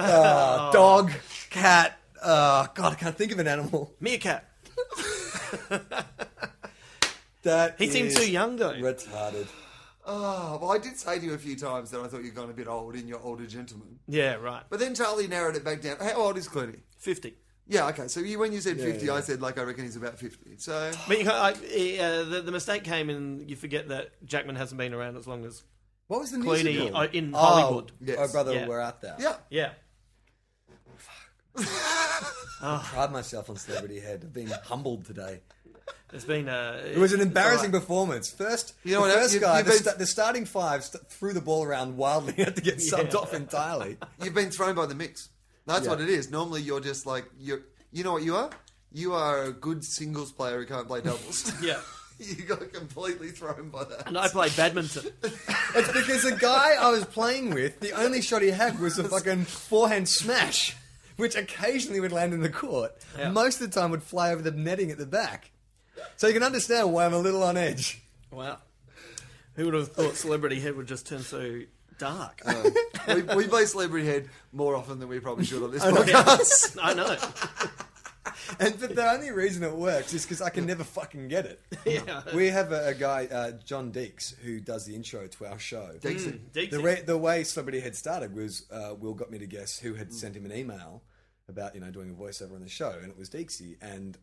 Oh. ah, dog, cat. Uh, God, I can't think of an animal." meerkat. That He seemed is too young though. Retarded. Oh, well, I did say to you a few times that I thought you'd gone a bit old in your older gentleman. Yeah, right. But then Charlie narrowed it back down. How old is Clooney? Fifty. Yeah, okay. So you, when you said 50, yeah. I said, like, I reckon he's about 50. So, But you can't, I, uh, the, the mistake came in. You forget that Jackman hasn't been around as long as What was the Clooney musical? uh, in Hollywood. Oh, Yes. oh brother, Yeah. we're out there. yeah. Yeah. Pride myself on celebrity head. I've been humbled today. It's been. Uh, It was an embarrassing performance. First, You know the what, first you- guy, you've the, been- sta- the starting five st- threw the ball around wildly and had to get subbed off entirely. You've been thrown by the mix. That's Yeah. what it is. Normally, you're just like, you're, you know what you are? You are a good singles player who can't play doubles. Yeah. you got completely thrown by that. And I played badminton. It's because the guy I was playing with, the only shot he had was a fucking forehand smash, which occasionally would land in the court. Yeah. Most of the time would fly over the netting at the back. So you can understand why I'm a little on edge. wow. Who would have thought Celebrity Head would just turn so dark? we, we play Celebrity Head more often than we probably should on this podcast. I know. And but the only reason it works is because I can never fucking get it. Yeah. We have a, a guy, uh, John Deeks, who does the intro to our show. Dixie. Deep The, re- the way Celebrity Head started was uh, Will got me to guess who had sent him an email about you know doing a voiceover on the show, and it was Deeksy. And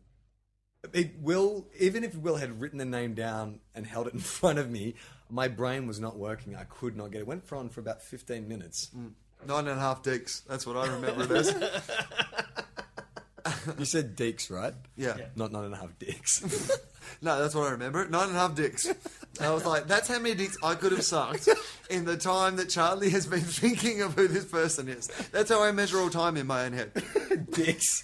it, Will, even if Will had written the name down and held it in front of me, my brain was not working. I could not get it. it went for on for about fifteen minutes. Nine and a half dicks. That's what I remember it as. You said Deeks, right? Yeah. Not nine and a half dicks. No, that's what I remember. it. Nine and a half dicks. I was like, that's how many dicks I could have sucked in the time that Charlie has been thinking of who this person is. That's how I measure all time in my own head. dicks.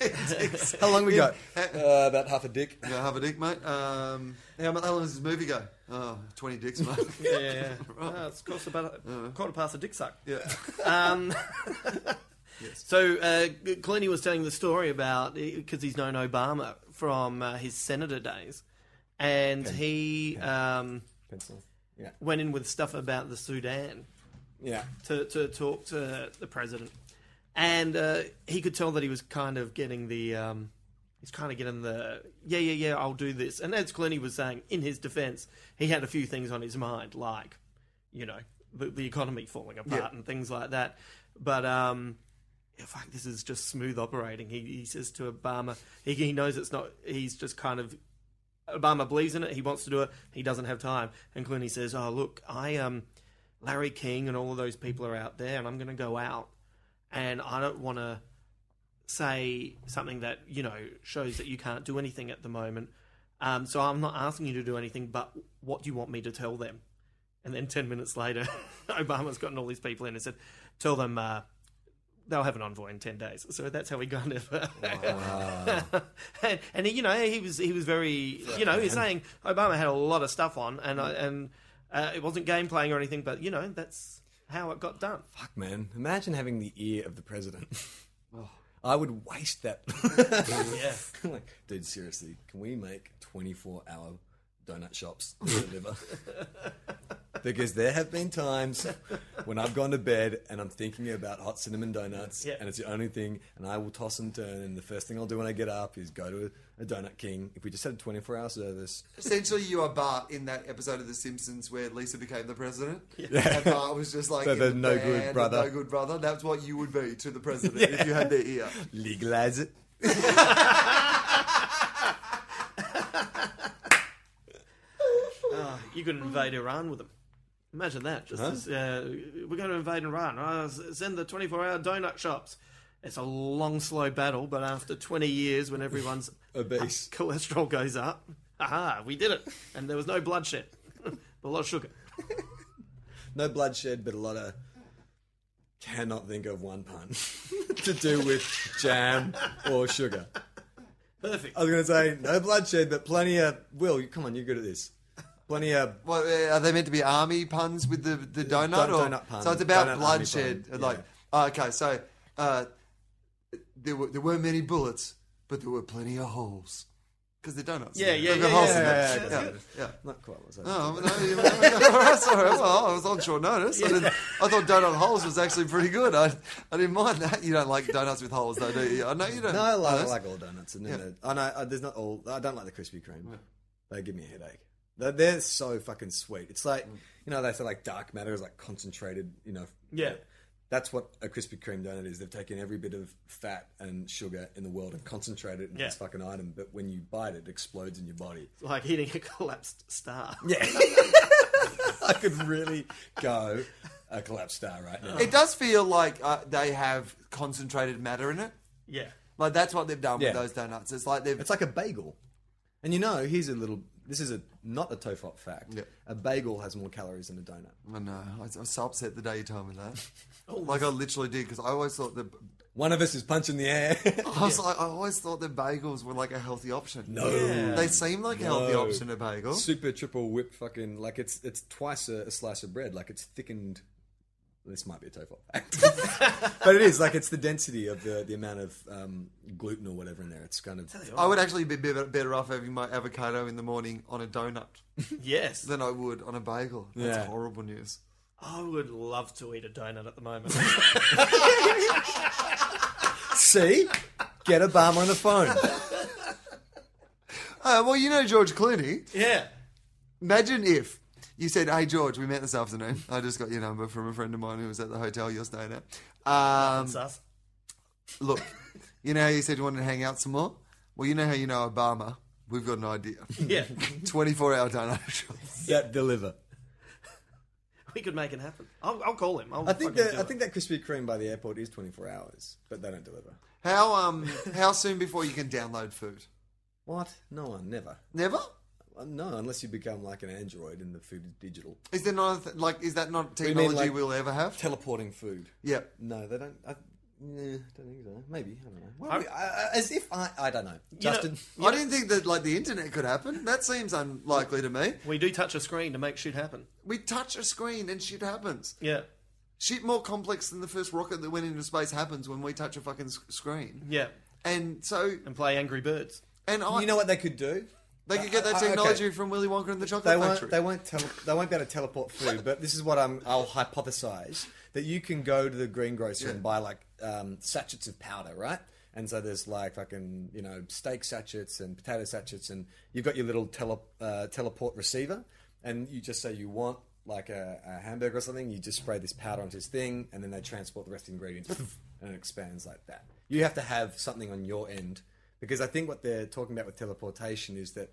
How long we got? Uh, about half a dick. You have a dick, mate. Um, how, mu- how long does this movie go? Oh, 20 dicks, mate. Yeah, yeah, yeah. No, it's cost about Uh-huh. a quarter past a dick suck. yeah. Um, So uh, Clooney was telling the story about because he's known Obama from uh, his senator days, and he um, Pencil. Yeah. went in with stuff about the Sudan Yeah. to, to talk to the president, and uh, he could tell that he was kind of getting the um, he's kind of getting the yeah yeah yeah I'll do this. And as Clooney was saying, in his defence, he had a few things on his mind, like you know the, the economy falling apart and things like that. But um, yeah, fuck, this is just smooth operating. He, he says to Obama, he, he knows it's not. He's just kind of Obama believes in it. He wants to do it. He doesn't have time. And Clooney says, "Oh, look, I um, Larry King and all of those people are out there, and I'm going to go out, and I don't want to say something that you know shows that you can't do anything at the moment. Um, so I'm not asking you to do anything, but what do you want me to tell them?" And then ten minutes later, Obama's gotten all these people in and said, "Tell them." Uh, They'll have an envoy in ten days, so that's how we kind of. and, and he, you know, he was he was very, you know, he's saying Obama had a lot of stuff on, and I, and uh, it wasn't game playing or anything, but you know, that's how it got done. Fuck, man. Imagine having the ear of the president. I would waste that. Yeah. like, dude, seriously, can we make 24 hour donut shops to deliver? because there have been times when I've gone to bed and I'm thinking about hot cinnamon donuts, Yeah. and it's the only thing, and I will toss and turn. And the first thing I'll do when I get up is go to a, a Donut King. If we just had a 24 hour service, Essentially, you are Bart in that episode of The Simpsons where Lisa became the president. And Bart was just like, So in the no good band, the brother. No good brother. That's what you would be to the president if you had their ear. legalize it. You could invade Iran with them. Imagine that. Just as, uh, we're going to invade Iran. Uh, s- send the 24 hour donut shops. It's a long, slow battle, but after 20 years, when everyone's Obese. cholesterol goes up, aha, we did it. And there was no bloodshed, but a lot of sugar. No bloodshed, but a lot of. Cannot think of one pun to do with jam or sugar. Perfect. I was going to say no bloodshed, but plenty of. Will, come on, you're good at this. Plenty of. Well, uh, are they meant to be army puns with the the donut? Don- or, donut pun. So it's about Donut army bloodshed. pun, Like, yeah. oh, okay, so uh, there were there were many bullets, but there were plenty of holes because they're donuts. Yeah, yeah, They've got yeah, holes yeah, in yeah, them. yeah, yeah, yeah. Not quite what I was hoping Oh, no, you- all right, sorry. Well, I was on short notice. I, didn't, I thought donut holes was actually pretty good. I, I didn't mind that. You don't like donuts with holes, though, do you? I know you don't. No, I like, I Ernest. like all donuts. And then the- I know I, there's not all. I don't like the Krispy Kreme. They give me a headache. They're, they're so fucking sweet. It's like Mm. you know they say like dark matter is like concentrated. You know. Yeah. That's what a Krispy Kreme donut is. They've taken every bit of fat and sugar in the world and concentrated it into Yeah. this fucking item. But when you bite it, it explodes in your body. Like eating a collapsed star. Yeah. I could really go a collapsed star right now. It does feel like uh, they have concentrated matter in it. Yeah. Like that's what they've done Yeah. with those donuts. It's like they've It's like a bagel. And you know, here's a little. This is a not a tofop fact. Yeah. A bagel has more calories than a donut. I know. uh, I was I was so upset the day you told me that. Oh. like I literally did because I always thought the One of us is punching the air. I was like I always thought the bagels were like a healthy option. No. Yeah. they seem like a healthy No. option. A bagel. Super triple whip, fucking like it's it's twice a, a slice of bread. Like it's thickened. This might be a tofop fact, but it is like it's the density of the the amount of um, gluten or whatever in there. It's kind of Ah, I would actually be better better off having my avocado in the morning on a donut Yes. than I would on a bagel. That's Yeah. horrible news. I would love to eat a donut at the moment. see. Get Obama on the phone. Uh, well, you know George Clooney. yeah. Imagine if you said, "Hey George, we met this afternoon. I just got your number from a friend of mine who was at the hotel you're staying at. Um, Sus. look, you know how you said you wanted to hang out some more? Well, you know how you know Obama. We've got an idea. Yeah. 24 hour donut shop. That deliver. we could make it happen. I'll, I'll call him. I'll I think fucking that do I it. think that Krispy Kreme by the airport is twenty four hours, but they don't deliver. How, um, how soon before you can download food? What? No one, never. Never? Uh, No, unless you become like an android and the food is digital. Is there not a th- like is that not you mean, technology like- we'll ever have? Teleporting food. yeah. No, they don't. I, nah, don't think so. Maybe I don't know. Well, I, I, as if I, I don't know. know- Justin, I didn't think that like the internet could happen. That seems unlikely to me. we do touch a screen to make shit happen. We touch a screen and shit happens. Yeah. Shit more complex than the first rocket that went into space happens when we touch a fucking s- screen. Yeah. And so, And play Angry Birds. and I, you know what they could do? they could get I- that I- okay. technology from Willy Wonka and the Chocolate They Factory. won't. They won't. Tele- they won't be able to teleport food. But this is what I'm. I'll hypothesize that you can go to the greengrocer and buy like um, sachets of powder, right? And so there's like fucking you know steak sachets and potato sachets, and you've got your little tele- uh, teleport receiver, and you just say you want like a, a hamburger or something. You just spray this powder onto this thing, and then they transport the rest of the ingredients, and it expands like that. You have to have something on your end because I think what they're talking about with teleportation is that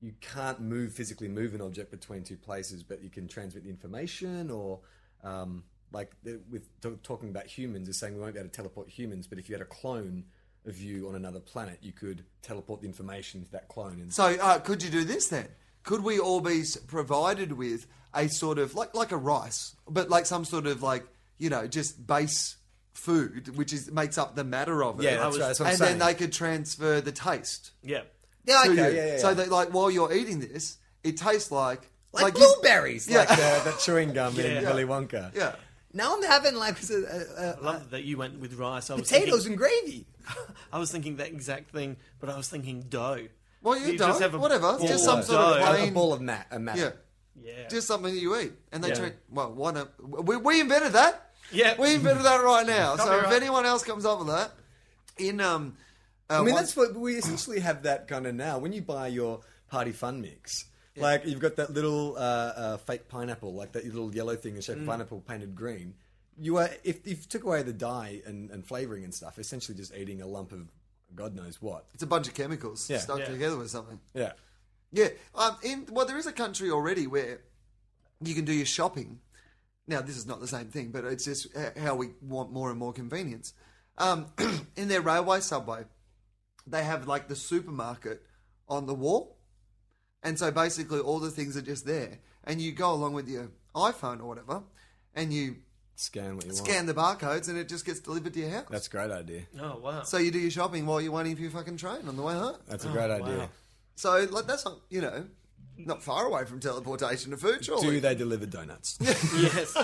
you can't move physically move an object between two places, but you can transmit the information or um, like the- with t- talking about humans is saying we won't be able to teleport humans, but if you had a clone of you on another planet, you could teleport the information to that clone. And So, uh, could you do this then? Could we all be s- provided with a sort of like like a rice, but like some sort of like you know just base food, which is makes up the matter of it. Yeah, that's right, that's what I'm and saying. then they could transfer the taste. Yeah. yeah, to you. So that like while you're eating this, it tastes like like, you- blueberries, Yeah. like uh, that chewing gum Yeah. in Willy Wonka. yeah. Now I'm having like s- uh, I uh, uh, love that you went with rice. I was potatoes Thinking, and gravy. I was thinking that exact thing, but I was thinking dough. Well, you, You don't. just have a whatever. It's just ball some of sort of dough. A plain. ball of mat, a mat. Yeah. Yeah. Just something that you eat, and they Yeah. treat well. Why don't we, we invented that? Yeah. we invented that right now. so if Copyright. anyone else comes up with that, in um, uh, I mean, one- that's what we essentially have that kind of now. When you buy your party fun mix, like you've got that little uh, uh, fake pineapple, like that little yellow thing in shape of pineapple painted green. You are if, if you took away the dye and, and flavoring and stuff, essentially just eating a lump of God knows what. it's a bunch of chemicals Yeah. stuck Yeah. together with something. Yeah, Yeah, um, in well, there is a country already where you can do your shopping. Now, this is not the same thing, but it's just h- how we want more and more convenience. Um, in their railway subway, they have like the supermarket on the wall. And so basically, all the things are just there. And you go along with your iPhone or whatever, and you Scan what you want. scan the barcodes, and it just gets delivered to your house. That's a great idea. Oh wow. so you do your shopping while you're waiting for your fucking train on the way home. That's a great idea. wow. So like that's not you know not far away from teleportation to food. Surely. Do they deliver donuts? yes.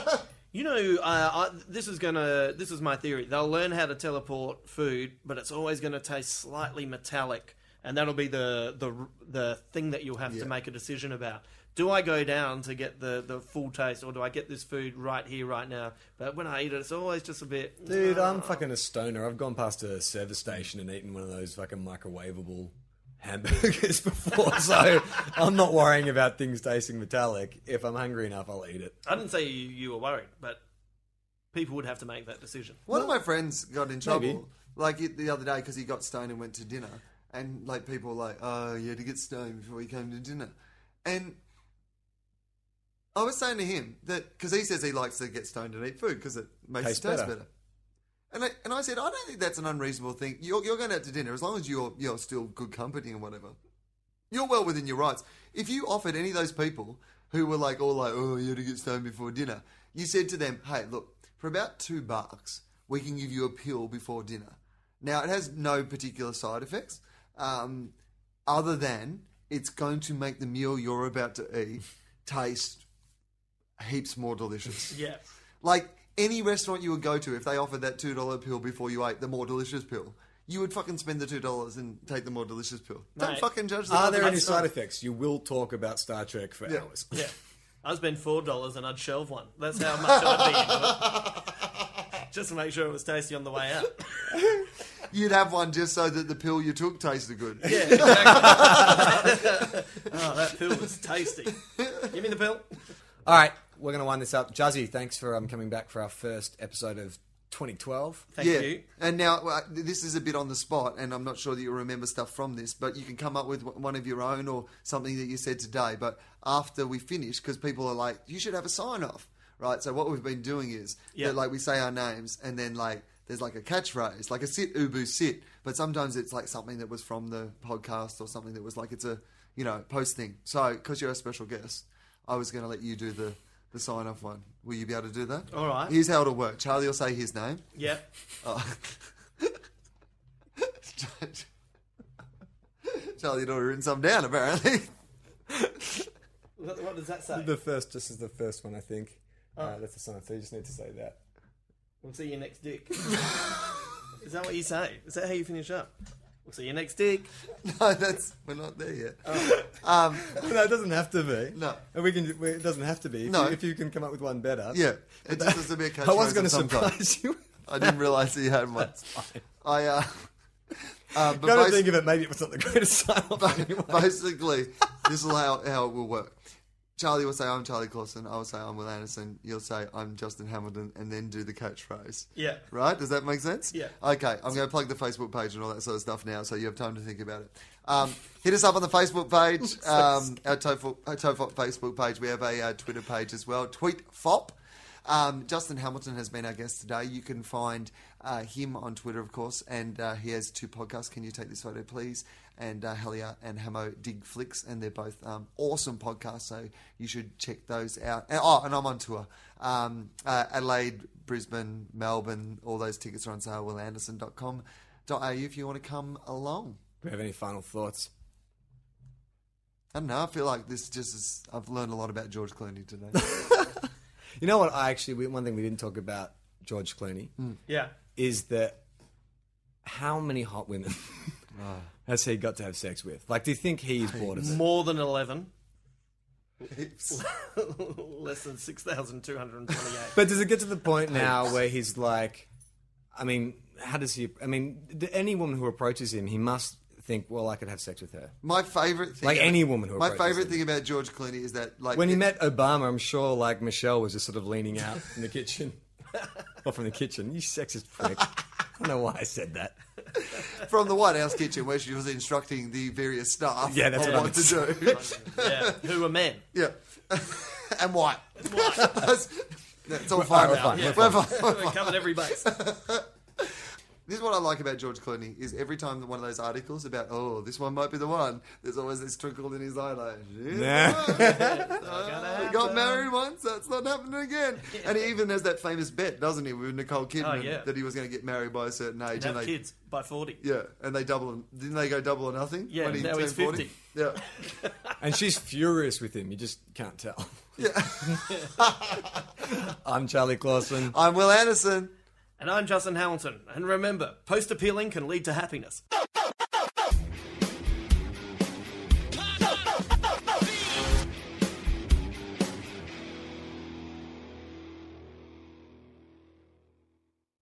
You know, uh, I, this is gonna. This is my theory. They'll learn how to teleport food, but it's always going to taste slightly metallic, and that'll be the the the thing that you'll have to make a decision about. Do I go down to get the, the full taste, or do I get this food right here, right now? But when I eat it, it's always just a bit. Dude, I'm fucking a stoner. I've gone past a service station and eaten one of those fucking microwavable hamburgers before, so I'm not worrying about things tasting metallic. If I'm hungry enough, I'll eat it. I didn't say you, you were worried, but people would have to make that decision. One of my friends got in trouble Maybe. like it- the other day because he got stoned and went to dinner, and like people were like, "Oh, you had to get stoned before you came to dinner," and I was saying to him that because he says he likes to get stoned and eat food because it makes Tastes it taste better. better. And I, and I said, I don't think that's an unreasonable thing. You're, you're going out to dinner as long as you're you're still good company and whatever. You're well within your rights. If you offered any of those people who were like all like, oh, you had to get stoned before dinner, you said to them, hey, look, for about two bucks, we can give you a pill before dinner. Now it has no particular side effects, um, other than it's going to make the meal you're about to eat taste heaps more delicious. Yeah. Like any restaurant you would go to, if they offered that two dollar pill before you ate the more delicious pill, you would fucking spend the two dollars and take the more delicious pill. Don't Mate, fucking judge the Are there any company. side effects? You will talk about Star Trek for Yeah. hours. Yeah. I spend four dollars and I'd shelve one. That's how much I'd be into it. Just to make sure it was tasty on the way out. You'd have one just so that the pill you took tasted good. Yeah, exactly. oh, that pill was tasty. Give me the pill. All right, we're going to wind this up. Juzzy, thanks for um, coming back for our first episode of 2012. Thank Yeah. you. And now uh, this is a bit on the spot, and I'm not sure that you'll remember stuff from this, but you can come up with w- one of your own or something that you said today. But after we finish, because people are like, you should have a sign off, right? So what we've been doing is Yeah. that like we say our names, and then like there's like a catchphrase, like a sit ubu sit, but sometimes it's like something that was from the podcast or something that was like it's a you know post thing. So because you're a special guest, I was going to let you do the. The sign off one. Will you be able to do that? All right. Here's how it'll work. Charlie will say his name. Yeah. Oh. Charlie had already written some down, apparently. What what does that say? The first, this is the first one, I think. Oh. Uh, that's the sign, so you just need to say that. We'll see you next dick. Is that what you say? Is that how you finish up? We'll see you next dick. no, that's we're not there yet. No, it doesn't have to be. No. And we can. we- It doesn't have to be. If, No. you, if you can come up with one better. Yeah, it just has to be a catchphrase. I was going to of some kind. surprise you. I didn't realise that you had one. I uh, uh, but Come to basi- think of it, maybe it was not the greatest sign off anyway. basically, this is how, how it will work. Charlie will say, I'm Charlie Clausen. I will say, I'm Will Anderson. You'll say, I'm Justin Hamilton, and then do the catchphrase. Yeah. Right? Does that make sense? Yeah. Okay, I'm going to plug the Facebook page and all that sort of stuff now, so you have time to think about it. Um, hit us up on the Facebook page, um, our Tofop, our Tofop Facebook page. We have a uh, Twitter page as well, TweetFop. Um, Justin Hamilton has been our guest today. You can find uh, him on Twitter, of course, and uh, he has two podcasts. Can you take this photo, please? And uh, Helia and Hamo Dig Flicks, and they're both um, awesome podcasts. So you should check those out. And, oh, and I'm on tour. Um, uh, Adelaide, Brisbane, Melbourne, all those tickets are on sale. WillAnderson.com.au if you want to come along. Do you have any final thoughts? I don't know. I feel like this just is. I've learned a lot about George Clooney today. You know what? I actually we- one thing we didn't talk about George Clooney Hmm. Yeah. is that how many hot women has he got to have sex with? Like, do you think he's bored of it? More than 11. Heaps. Less than 6,228. But does it get to the point now where he's like, I mean, how does he? I mean, d- any woman who approaches him, he must think, well, I could have sex with her. My favorite thing, Like any woman who My approaches favorite him. thing about George Clooney is that, like, When he met Obama, I'm sure like Michelle was just sort of leaning out in the kitchen, or from the kitchen. You sexist prick! I don't know why I said that. from the White House kitchen where she was instructing the various staff Yeah, that's on what I what to do. yeah. Who are men? yeah. and white. That's that's all fine. we're fine, we're We're fine. fine, we're We covered every base. This is what I like about George Clooney is every time that one of those articles about oh this one might be the one, there's always this twinkle in his eye like yeah, I got married once, that's not happening again. And he even has that famous bet, doesn't he, with Nicole Kidman Oh, yeah. that he was going to get married by a certain age, Have they kids by forty. yeah, and they double and didn't they go double or nothing? Yeah, when he now he's turned 40? 50. Yeah, And she's furious with him. You just can't tell. yeah. I'm Charlie Clausen. I'm Will Anderson. And I'm Justin Hamilton. And remember, post appealing can lead to happiness.